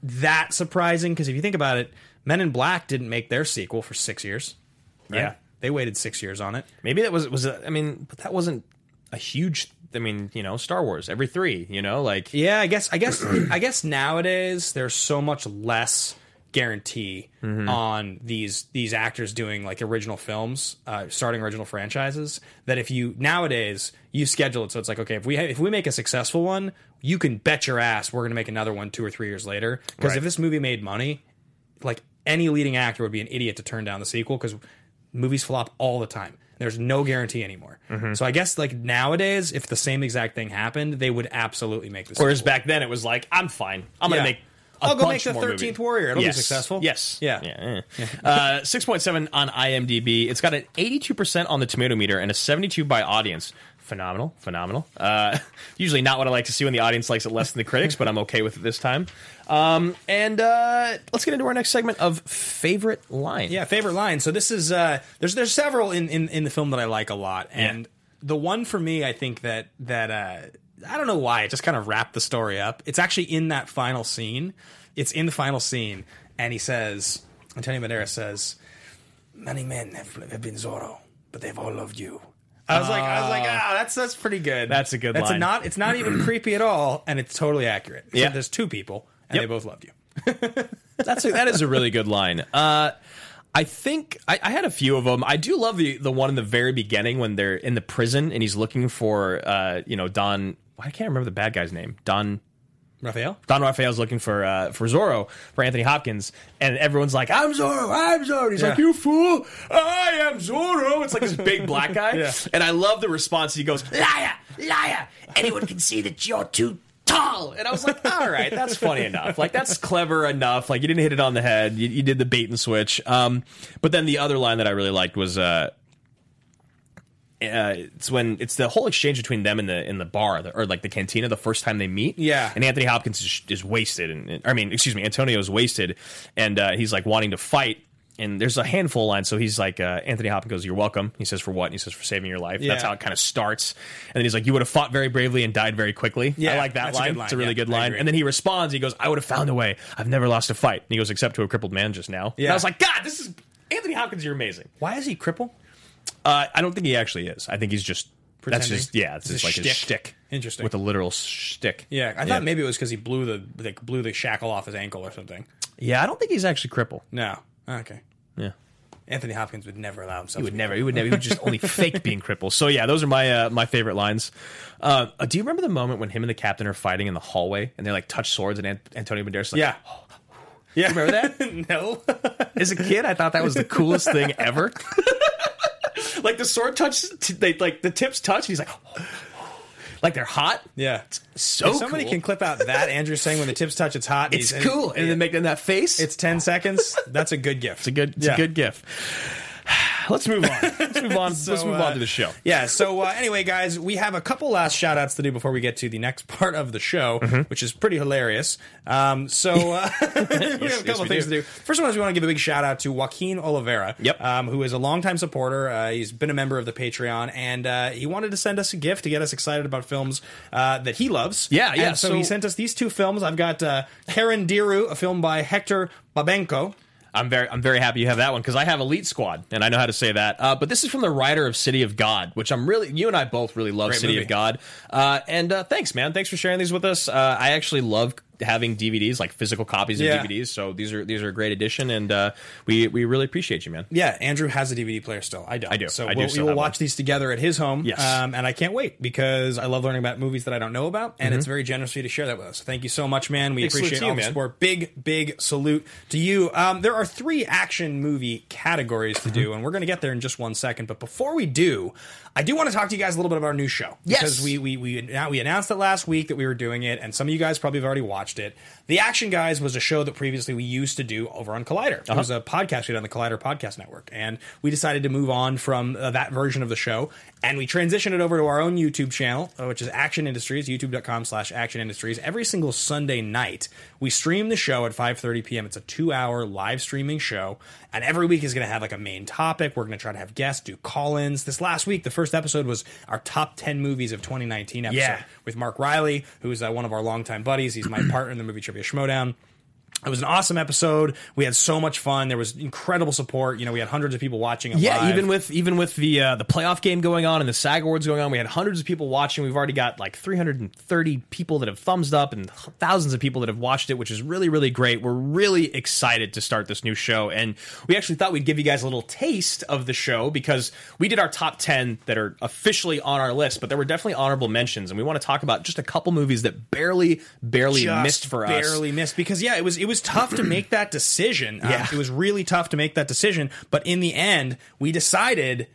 S4: that surprising because if you think about it, Men in Black didn't make their sequel for six years. right?
S3: Yeah.
S4: they waited six years on it.
S3: Maybe that was was. A, I mean, but that wasn't a huge. I mean, you know, Star Wars every three. You know, like
S4: Yeah, I guess I guess I guess nowadays there's so much less guarantee on these these actors doing like original films, uh, starting original franchises. That if you nowadays you schedule it so it's like okay, if we ha- if we make a successful one, you can bet your ass we're gonna make another one two or three years later. Because
S3: Right.
S4: if this movie made money, like any leading actor would be an idiot to turn down the sequel because movies flop all the time. There's no guarantee anymore. So I guess like nowadays, if the same exact thing happened, they would absolutely make this.
S3: whereas back then it was like I'm fine. I'm gonna
S4: Yeah.
S3: make. i
S4: I'll go make the 13th Warrior. It'll be
S3: yes.
S4: successful.
S3: Yes.
S4: Yeah.
S3: yeah, yeah. Uh, Six point seven on IMDb. It's got an eighty-two percent on the tomato meter and a seventy-two by audience. Phenomenal, phenomenal. Uh, [laughs] usually not what I like to see when the audience likes it less than the critics, but I'm okay with it this time. Um, and uh, let's get into our next segment of favorite line.
S4: Yeah, favorite line. So this is uh, there's there's several in, in in the film that I like a lot, and the one for me, I think that that uh, I don't know why it just kind of wrapped the story up. It's actually in that final scene. It's in the final scene, and he says, Antonio Banderas says,
S1: Many men have, have been Zorro, but they've all loved you.
S4: I was like, I was
S3: Uh,
S4: like, ah, that's that's pretty good.
S3: That's a good
S4: That's
S3: line.
S4: not. It's
S3: [clears throat]
S4: not even creepy at all, and it's totally accurate. Except
S3: Yeah.
S4: there's two people, and
S3: Yep.
S4: they both loved you.
S3: That's a, that is a really good line. Uh, I think I, I had a few of them. I do love the the one in the very beginning when they're in the prison and he's looking for uh, you know Don. I can't remember the bad guy's name. Don
S4: Raphael.
S3: Don Raphael's looking for uh, for Zorro for Anthony Hopkins, and everyone's like, "I'm Zorro, I'm Zorro." He's like,
S4: Yeah.
S3: "You fool, I am Zorro." It's like this big black
S4: [laughs]
S3: guy, and I love the response. He goes, "Liar, liar! Anyone can see that you're too." Tall, and I was like, "All right, that's funny enough. Like, that's clever enough. Like, you didn't hit it on the head. You, you did the bait and switch." Um, but then the other line that I really liked was, uh, uh, it's when it's the whole exchange between them in the in the bar the, or like the cantina the first time they meet.
S4: Yeah.
S3: and Anthony Hopkins is, is wasted, and, and- I mean, excuse me, Antonio is wasted, and uh, he's like wanting to fight. And there's a handful of lines, so he's like, uh, Anthony Hopkins goes, "You're welcome." He says, "For what?" And he says, "For saving your life." That's
S4: Yeah.
S3: how it kind of starts. And then he's like, "You would have fought very bravely and died very quickly." I
S4: Yeah,
S3: like that
S4: that's a
S3: line.
S4: good line.
S3: It's a really
S4: Yeah,
S3: good
S4: I
S3: line.
S4: agree.
S3: And then he responds, he goes, "I would have found a way. I've never lost a fight." And he goes, "Except to a crippled man just now." And
S4: Yeah.
S3: I was like, "God, this is Anthony Hopkins. You're amazing."
S4: Why is he cripple?
S3: Uh, I don't think he actually is. I think he's just that's
S4: Pretending?
S3: just yeah, it's
S4: It's
S3: just
S4: a
S3: like his
S4: shtick.
S3: shtick.
S4: Interesting.
S3: with a literal shtick.
S4: Yeah, I thought maybe it was because he blew the like blew the shackle off his ankle or something.
S3: Yeah, I don't think he's actually crippled.
S4: No. Okay.
S3: Yeah.
S4: Anthony Hopkins would never allow himself.
S3: He would never. He would never. He would just only fake being crippled. So yeah, those are my uh, my favorite lines. Uh, uh, do you remember the moment when him and the captain are fighting in the hallway and they like touch swords and An- Antonio Banderas? Like,
S4: Yeah. Yeah.
S3: remember that?
S4: no.
S3: As a kid, I thought that was the coolest thing ever. [laughs] like the sword touch, they like the tips touch. And he's like, [gasps] like they're hot.
S4: yeah.
S3: So
S4: if somebody
S3: cool.
S4: can clip out that Andrew saying when the tips touch, it's hot. and
S3: It's
S4: he's-
S3: cool, and then make them that face.
S4: It's ten seconds. That's a good gift.
S3: It's a good, it's
S4: Yeah.
S3: a good gift. [sighs] Let's move on. Let's move on. Let's
S4: [laughs] So,
S3: move
S4: uh,
S3: on to the show.
S4: Yeah. So uh, anyway, guys, we have a couple last shout outs to do before we get to the next [laughs] part of the show,
S3: Mm-hmm.
S4: which is pretty hilarious. Um, so uh, [laughs] we have a couple
S3: we
S4: things
S3: do.
S4: to do. First one is we want to give a big shout out to Joaquin Oliveira,
S3: Yep.
S4: um, who is a longtime supporter. Uh, he's been a member of the Patreon, and uh, he wanted to send us a gift to get us excited about films uh, that he loves.
S3: Yeah,
S4: And
S3: yeah,
S4: so,
S3: so-
S4: he sent us these two films. I've got uh, Karen Diru, a film by Hector Babenko.
S3: I'm very I'm very happy you have that one because I have Elite Squad and I know how to say that. Uh, but this is from the writer of City of God, which I'm really you and I both really love
S4: Great
S3: City
S4: movie.
S3: of God. Uh, and uh, thanks, man. Thanks for sharing these with us. Uh, I actually love having DVDs like physical copies of
S4: Yeah.
S3: DVDs. So these are these are a great addition, and uh, we we really appreciate you, man.
S4: Yeah, Andrew has a DVD player still. I don't.
S3: I do.
S4: So
S3: I do
S4: we'll,
S3: still
S4: we will
S3: have
S4: watch
S3: one.
S4: these together at his home.
S3: Yes.
S4: Um, and I can't wait because I love learning about movies that I don't know about, and
S3: Mm-hmm.
S4: it's very generous of you to share that with us. Thank you so much, man. We
S3: Big salute
S4: appreciate
S3: to
S4: all
S3: you,
S4: the
S3: man.
S4: support. Big, big salute to you. Um, there are three action movie categories to
S3: Mm-hmm.
S4: do, and we're going to get there in just one second. But before we do, I do want to talk to you guys a little bit about our new show.
S3: Yes.
S4: Because we we we now we announced it last week that we were doing it, and some of you guys probably have already watched it. The Action Guys was a show that previously we used to do over on Collider.
S3: Uh-huh.
S4: It was a podcast we did on the Collider Podcast Network, and we decided to move on from uh, that version of the show, and we transitioned it over to our own YouTube channel, uh, which is Action Industries, YouTube.com/slash Action Industries. Every single Sunday night, we stream the show at 5:30 p.m. It's a two-hour live streaming show, and every week is going to have like a main topic. We're going to try to have guests do call-ins. This last week, the first episode was our top 10 movies of 2019 episode
S3: Yeah.
S4: with Mark Riley, who is uh, one of our longtime buddies. He's my partner in the movie Trivia Schmodown. It was an awesome episode. We had so much fun. There was incredible support. You know, we had hundreds of people watching. It
S3: Yeah,
S4: live.
S3: even with even with the uh, the playoff game going on and the SAG awards going on, we had hundreds of people watching. We've already got like 330 people that have thumbs up and thousands of people that have watched it, which is really really great. We're really excited to start this new show, and we actually thought we'd give you guys a little taste of the show because we did our top 10 that are officially on our list, but there were definitely honorable mentions, and we want to talk about just a couple movies that barely barely
S4: just
S3: missed for us.
S4: barely missed because yeah, it was it was tough to make that decision. Um,
S3: Yeah.
S4: it was really tough to make that decision. But in the end, we decided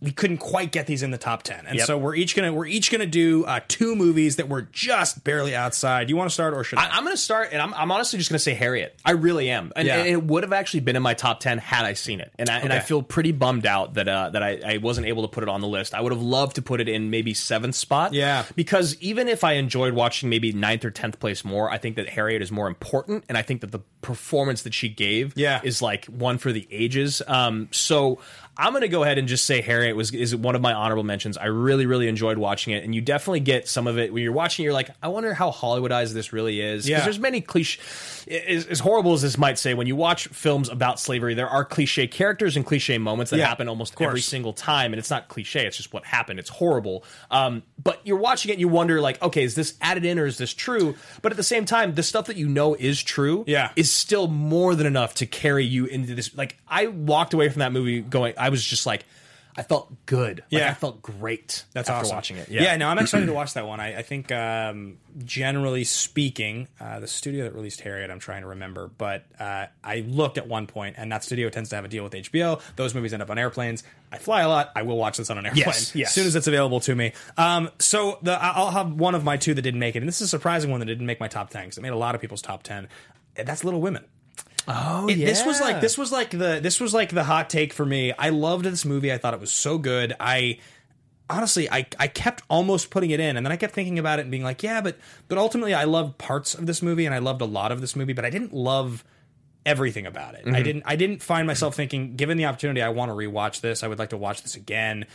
S4: we couldn't quite get these in the top ten, and
S3: Yep.
S4: so we're each gonna we're each gonna do uh, two movies that were just barely outside. You want to start or should I?
S3: I, I'm going to start, and I'm, I'm honestly just going to say Harriet. I really am, and,
S4: Yeah.
S3: and it would have actually been in my top ten had I seen it. And I, and I
S4: Okay.
S3: feel pretty bummed out that uh, that I, I wasn't able to put it on the list. I would have loved to put it in maybe seventh spot.
S4: Yeah.
S3: because even if I enjoyed watching maybe ninth or tenth place more, I think that Harriet is more important, and I think that the performance that she gave
S4: Yeah.
S3: is like one for the ages. Um, so I'm going to go ahead and just say Harriet was is one of my honorable mentions. I really really enjoyed watching it, and you definitely get some of it when you're watching. it, You're like, I wonder how Hollywoodized this really is. 'Cause
S4: Yeah.
S3: there's many cliche. As, as horrible as this might say, when you watch films about slavery, there are cliche characters and cliche moments that
S4: Yeah,
S3: happen almost
S4: of
S3: every
S4: course.
S3: single time, and it's not cliche. It's just what happened. It's horrible. Um, but you're watching it, and you wonder like, okay, is this added in or is this true? But at the same time, the stuff that you know is true,
S4: Yeah.
S3: is still more than enough to carry you into this. Like, I walked away from that movie going, I was just like, I felt good. Like,
S4: Yeah.
S3: I felt great.
S4: That's
S3: after
S4: awesome.
S3: watching it.
S4: yeah, no, I'm excited to watch that one. I, I think, um, generally speaking, uh, the studio that released Harriet, I'm trying to remember, but uh, I looked at one point, and that studio tends to have a deal with HBO. Those movies end up on airplanes. I fly a lot. I will watch this on an airplane
S3: Yes, yes.
S4: as soon as it's available to me. Um, so the, I- I'll have one of my two that didn't make it, and this is a surprising one that didn't make my top ten because it made a lot of people's top ten. And That's Little Women.
S3: Oh,
S4: It- This was like
S3: yeah.
S4: this was like the this was like the hot take for me. I loved this movie. I thought it was so good. I honestly I I kept almost putting it in and then I kept thinking about it and being like, yeah, but but ultimately I loved parts of this movie and I loved a lot of this movie, but I didn't love everything about it. I didn't I didn't find myself thinking given the opportunity I want to rewatch this. I would like to watch this again.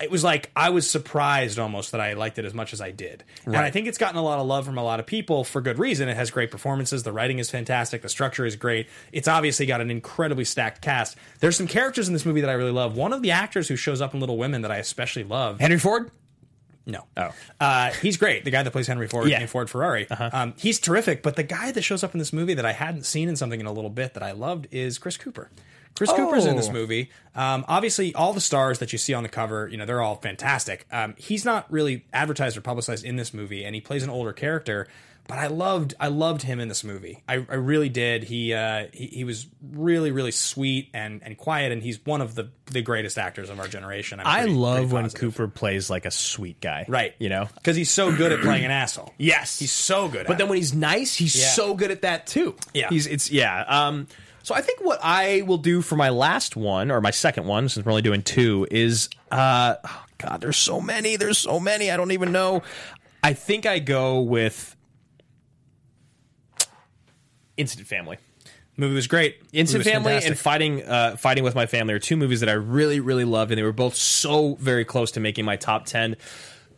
S4: It was like I was surprised almost that I liked it as much as I did. And I think it's gotten a lot of love from a lot of people for good reason. It has great performances, the writing is fantastic, the structure is great. It's obviously got an incredibly stacked cast. There's some characters in this movie that I really love. One of the actors who shows up in Little Women that I especially love
S3: Henry Ford.
S4: No.
S3: Oh.
S4: Uh, he's great. The guy that plays Henry Ford,
S3: Yeah. Uh-huh.
S4: Henry Ford Ferrari. Um, he's terrific. But the guy that shows up in this movie that I hadn't seen in something in a little bit that I loved is Chris Cooper. Chris Cooper's in this
S3: Oh.
S4: movie. Um, obviously, all the stars that you see on the cover, you know, they're all fantastic. Um, he's not really advertised or publicized in this movie, and he plays an older character. But I loved, I loved him in this movie. I, I really did. He, uh, he he was really, really sweet and and quiet, and he's one of the the greatest actors of our generation. I'm
S3: I
S4: pretty-
S3: love
S4: pretty
S3: when
S4: positive.
S3: Cooper plays like a sweet guy.
S4: Right.
S3: You know?
S4: Because he's so good at playing an [clears throat] asshole.
S3: Yes.
S4: He's so good
S3: But
S4: at
S3: then
S4: it.
S3: when he's nice, he's
S4: Yeah.
S3: so good at that too.
S4: Yeah.
S3: He's it's yeah. Um so I think what I will do for my last one or my second one, since we're only doing two, is uh oh God, there's so many, there's so many. I don't even know. I think I go with Instant Family.
S4: movie was great.
S3: Instant
S4: Movie was
S3: Family
S4: fantastic.
S3: and Fighting uh, Fighting with My Family are two movies that I really really loved, and they were both so very close to making my top ten.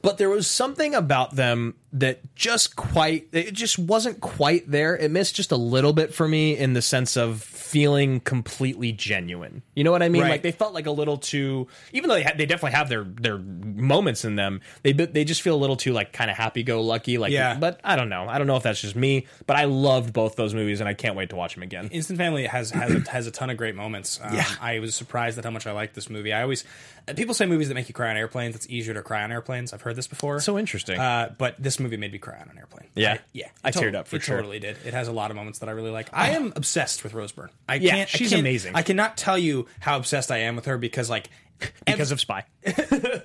S3: But there was something about them that just quite it just wasn't quite there. It missed just a little bit for me in the sense of feeling completely genuine. You know what I mean?
S4: Right.
S3: Like they felt like a little too. Even though they ha- they definitely have their their moments in them, they bit- they just feel a little too like kind of happy go lucky. Like
S4: Yeah.
S3: but I don't know. I don't know if that's just me. But I loved both those movies, and I can't wait to watch them again.
S4: Instant Family has has a, has a ton of great moments. Um, I was surprised at how much I liked this movie. I always uh, people say movies that make you cry on airplanes. It's easier to cry on airplanes. I've heard this before.
S3: So interesting.
S4: Uh, but this movie made me cry on an airplane.
S3: Yeah?
S4: I, yeah.
S3: I
S4: It
S3: teared up for
S4: it
S3: sure. Ah.
S4: Totally did. It has a lot of moments that I really like. I am obsessed with Rose Byrne. I
S3: Yeah,
S4: can't. I
S3: she's
S4: can't-
S3: amazing.
S4: I cannot tell you how obsessed I am with her because like
S3: [laughs] because of Spy.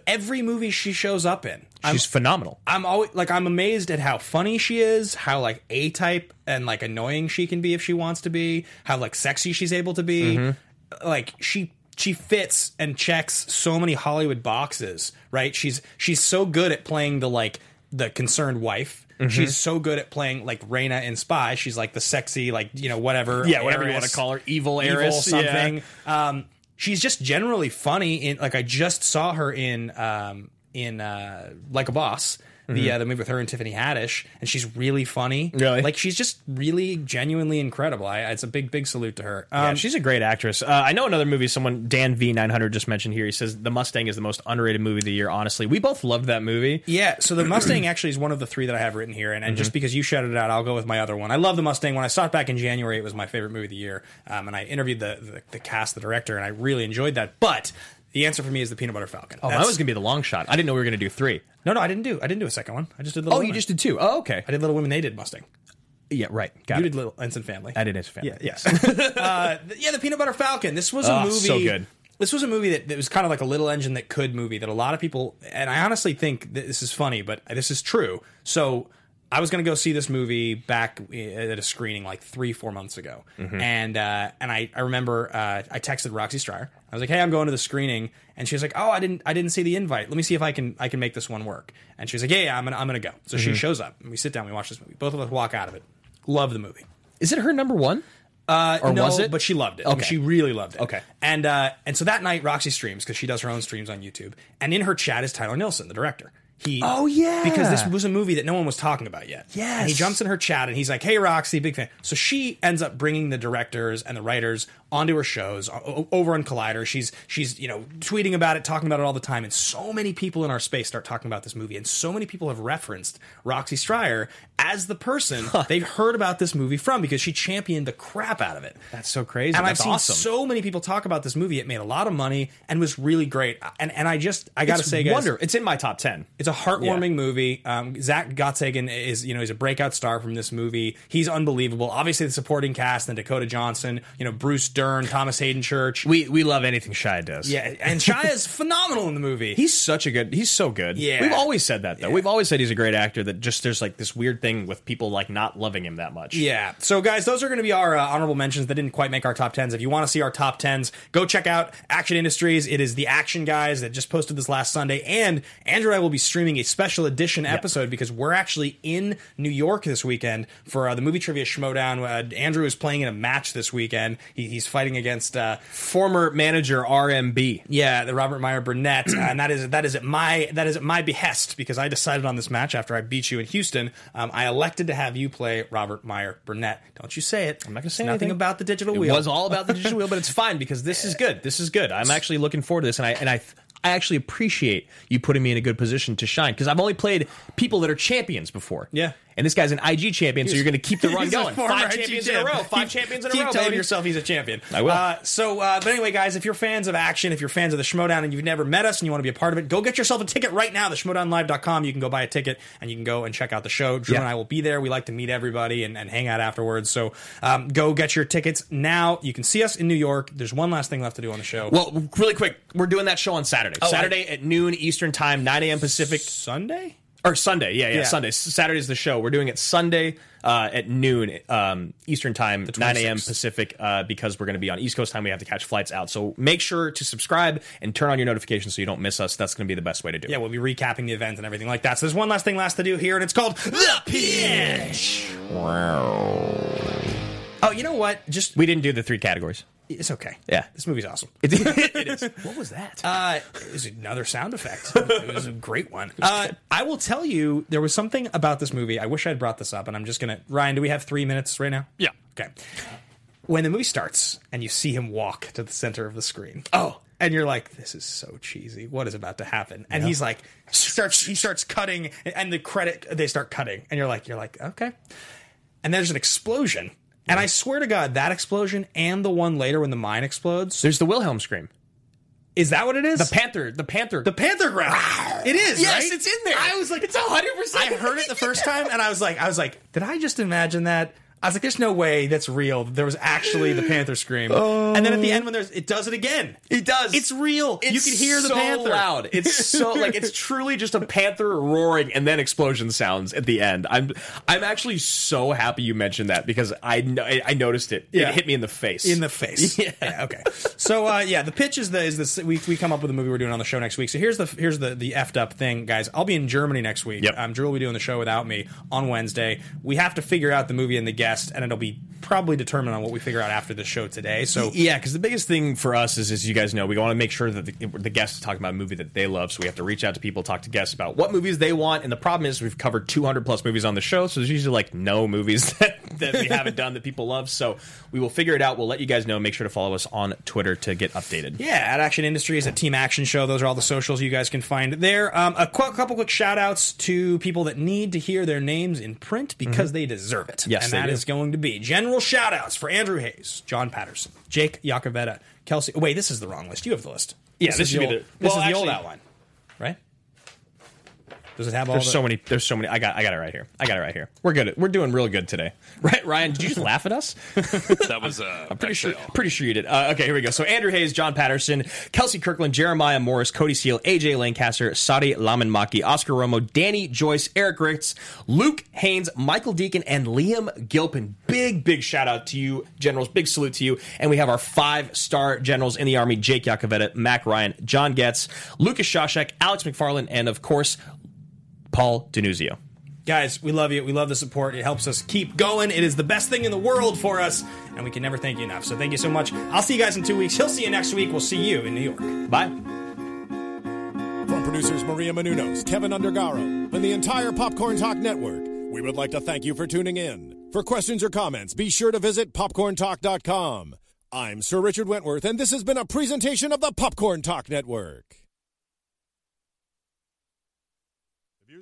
S4: every movie she shows up in, I'm
S3: She's phenomenal.
S4: I'm always like I'm amazed at how funny she is, how like A type and like annoying she can be if she wants to be, how like sexy she's able to be.
S3: Mm-hmm.
S4: Like she she fits and checks so many Hollywood boxes, right? She's she's so good at playing the like the concerned wife.
S3: Mm-hmm.
S4: She's so good at playing like Reina in Spy. She's like the sexy, like you know whatever,
S3: Yeah, whatever you wanna
S4: heiress,
S3: call her, evil
S4: evil
S3: heiress,
S4: something. Um, she's just generally funny. In like I just saw her in um, in uh, Like a Boss, the uh, the movie with her and Tiffany Haddish, and she's really funny.
S3: Mm-hmm. Really?
S4: like she's just really genuinely incredible. I, it's a big big salute to her. Um,
S3: Yeah, she's a great actress. Uh, I know another movie someone Dan V nine hundred just mentioned here. He says the Mustang is the most underrated movie of the year. Honestly, we both loved that movie.
S4: Yeah, so the Mustang actually is one of the three that I have written here, and, and
S3: Mm-hmm.
S4: just because you shouted it out, I'll go with my other one. I love the Mustang. When I saw it back in January, it was my favorite movie of the year, um, and I interviewed the, the the cast, the director, and I really enjoyed that. But the answer for me is the Peanut Butter Falcon.
S3: Oh, that was gonna be the long shot. I didn't know we were gonna do three.
S4: no, no, I didn't do I didn't do a second one. I just did. Little
S3: Oh, you
S4: Women.
S3: just did two. Oh, okay.
S4: I did Little Women. They did Mustang.
S3: Yeah, right. Got
S4: You
S3: it.
S4: did Little Ensign Family.
S3: I did his family.
S4: Yeah, yes. [laughs] uh, th- yeah, the Peanut Butter Falcon. This was a
S3: Oh,
S4: movie.
S3: so good.
S4: This was a movie that, that was kind of like a little engine that could movie that a lot of people, and I honestly think that this is funny, but this is true. So I was going to go see this movie back i- at a screening like three, four months ago. And uh, and I, I remember uh, I texted Roxy Stryer. I was like, hey, I'm going to the screening. And she was like, oh, I didn't I didn't see the invite. Let me see if I can I can make this one work. And she was like, yeah, yeah I'm going to I'm going to go. So she shows up and we sit down, we watch this movie. Both of us walk out of it. Love the movie.
S3: [laughs] Is it her number one?
S4: Uh,
S3: Or
S4: no,
S3: was it?
S4: But she loved it. I mean,
S3: Okay.
S4: she really loved it.
S3: Okay.
S4: And uh, and so that night, Roxy streams because she does her own streams on YouTube, and in her chat is Tyler Nilson, the director. He,
S3: Oh, yeah.
S4: because this was a movie that no one was talking about yet.
S3: Yes.
S4: and he jumps in her chat and he's like, "Hey, Roxy, big fan." So she ends up bringing the directors and the writers onto her shows o- o- over on Collider. She's she's you know tweeting about it, talking about it all the time, and so many people in our space start talking about this movie, and so many people have referenced Roxy Stryer as the person they've heard about this movie from because she championed the crap out of it.
S3: That's so crazy.
S4: And
S3: That's
S4: I've seen
S3: awesome.
S4: so many people talk about this movie. It made a lot of money and was really great. And and I just I gotta
S3: It's
S4: say, guys,
S3: wonder. It's in my top ten.
S4: it's a heartwarming movie. Um, Zach Gottsagen is, you know, he's a breakout star from this movie. He's unbelievable. Obviously, the supporting cast and Dakota Johnson, you know, Bruce Dern, Thomas Hayden Church.
S3: We we love anything Shia does.
S4: yeah, and Shia's phenomenal in the movie.
S3: He's such a good. He's so good.
S4: Yeah.
S3: We've always said that though.
S4: Yeah.
S3: We've always said he's a great actor. That just there's like this weird thing with people like not loving him that much.
S4: Yeah. So, guys, those are going to be our uh, honorable mentions that didn't quite make our top tens. If you want to see our top tens, go check out Action Industries. It is the Action Guys that just posted this last Sunday, and Andrew and I will be streaming a special edition episode because we're actually in New York this weekend for uh, the movie trivia Schmodown. Uh, Andrew is playing in a match this weekend. He, he's fighting against uh,
S3: Former manager RMB.
S4: yeah, the Robert Meyer Burnett, [clears throat] uh, and that is that is at my that is at my behest because I decided on this match after I beat you in Houston. Um, I elected to have you play Robert Meyer Burnett. Don't you say it? I'm
S3: not gonna say
S4: nothing
S3: anything.
S4: about the digital
S3: It
S4: wheel.
S3: was all about the digital wheel, but it's fine because this is good. This is good. I'm actually looking forward to this, and I and I I actually appreciate you putting me in a good position to shine because I've only played people that are champions before.
S4: Yeah.
S3: And this guy's an IG champion, so you're going to
S4: [laughs]
S3: keep the run
S4: He's a
S3: going.
S4: former
S3: Five
S4: IG
S3: champions in a
S4: champ.
S3: row. Five
S4: Keep-
S3: champions in a
S4: keep
S3: row.
S4: telling
S3: baby.
S4: yourself he's a champion.
S3: I will.
S4: Uh, so, uh, but anyway, guys, if you're fans of action, if you're fans of the Schmodown and you've never met us and you want to be a part of it, go get yourself a ticket right now. TheSchmodownLive.com. You can go buy a ticket and you can go and check out the show. Drew
S3: Yeah.
S4: and I will be there. We like to meet everybody and, and hang out afterwards. So um, go get your tickets now. You can see us in New York. There's one last thing left to do on the show.
S3: Well, really quick, we're doing that show on Saturday.
S4: Oh,
S3: Saturday at noon Eastern Time, 9 a.m. Pacific,
S4: Sunday?
S3: or Sunday. Yeah, yeah,
S4: Yeah.
S3: Sunday. S- Saturday's the show. We're doing it Sunday uh, at noon um, Eastern Time, 9 a.m.
S4: 26th.
S3: Pacific, uh, because we're going to be on East Coast time. We have to catch flights out. So make sure to subscribe and turn on your notifications so you don't miss us. That's going to be the best way to do it.
S4: Yeah, we'll be recapping the event and everything like that. So there's one last thing last to do here, and it's called The Pitch. Oh, you know what? Just
S3: We didn't do the three categories.
S4: it's okay.
S3: Yeah.
S4: this movie's awesome.
S3: it is. What was that?
S4: Uh, it was another sound effect. It was a great one. Uh, [laughs] I will tell you, there was something about this movie. I wish I'd brought this up, and I'm just gonna. Ryan, do we have three minutes right now?
S5: Yeah.
S4: Okay. When the movie starts and you see him walk to the center of the screen. Oh. And you're like, this is so cheesy. What is about to happen? And he's like, starts he starts cutting, and the credit they start cutting, and you're like, you're like, okay. And there's an explosion, and I swear to God, that explosion and the one later when the mine explodes
S3: There's the Wilhelm scream.
S4: is that what it is?
S3: The panther. The panther.
S4: The Panther growl. It is.
S3: Yes,
S4: right?
S3: it's in there.
S4: I was like,
S3: It's 100%.
S4: I heard it the first time, and I was like, I was like, did I just imagine that? I was like, there's no way that's real. There was actually the Panther scream, and then at the end when there's, it does it again.
S3: It does.
S4: It's real. you can hear the
S3: so
S4: Panther
S3: loud. It's [laughs]
S4: [laughs]
S3: so like it's truly just a panther roaring and then explosion sounds at the end. I'm I'm actually so happy you mentioned that because I kn- I I noticed it.
S4: Yeah.
S3: It hit me in the face.
S4: in
S3: [laughs]
S4: the face. Yeah. okay. So uh, yeah, the pitch is the is the we, we come up with a movie we're doing on the show next week. So here's the here's the the effed up thing, guys. I'll be in Germany next week.
S3: Yep.
S4: Um, Drew will be doing the show without me on Wednesday. We have to figure out the movie and the guest, and it'll be probably determined on what we figure out after the show today. So
S3: Yeah, because the biggest thing for us is, as you guys know, we want to make sure that the, the guests talk about a movie that they love. So we have to reach out to people, talk to guests about what movies they want. And the problem is, we've covered 200 plus movies on the show, so there's usually like no movies [laughs] that, that we haven't done that people love. So we will figure it out. We'll let you guys know. Make sure to follow us on Twitter to get updated.
S4: Yeah, at Action Industries, at Team Action Show. Those are all the socials you guys can find there. Um, a qu- couple quick shout outs to people that need to hear their names in print because they deserve it.
S3: Mm-hmm. Yes,
S4: and
S3: they
S4: that is
S3: do.
S4: going to be general shout outs for Andrew Hayes, John Patterson, Jake Iacovetta, Kelsey. Wait, this is the wrong list. You have the list.
S3: Yeah, this
S4: is
S3: should
S4: the
S3: be
S4: old-
S3: the-
S4: This
S3: well,
S4: is the old
S3: actually-
S4: outline, right? Does it have all
S3: There's
S4: the-
S3: so many. There's so many. I got. I got it right here. I got it right here. We're good. We're doing real good today. [laughs] Right, Ryan? Did you just laugh at us?
S5: That was uh,
S3: Pretty sure. Pretty sure you did. Uh, okay, here we go. So Andrew Hayes, John Patterson, Kelsey Kirkland, Jeremiah Morris, Cody Seal, AJ Lancaster, Sadi Lamanmaki, Oscar Romo, Danny Joyce, Eric Ritz, Luke Haynes, Michael Deacon, and Liam Gilpin. Big, big shout out to you, generals. Big salute to you. And we have our five star generals in the army: Jake Yakoveta, Mac Ryan, John Getz, Lucas Shashak, Alex McFarland, and of course, Paul Denuzio.
S4: Guys, we love you. We love the support. It helps us keep going. It is the best thing in the world for us, and we can never thank you enough. So thank you so much. I'll see you guys in two weeks. He'll see you next week. We'll see you in New York.
S3: Bye.
S7: From producers Maria Menunos, Kevin Undergaro, and the entire Popcorn Talk Network, we would like to thank you for tuning in. For questions or comments, be sure to visit popcorntalk.com. I'm Sir Richard Wentworth, and this has been a presentation of the Popcorn Talk Network. The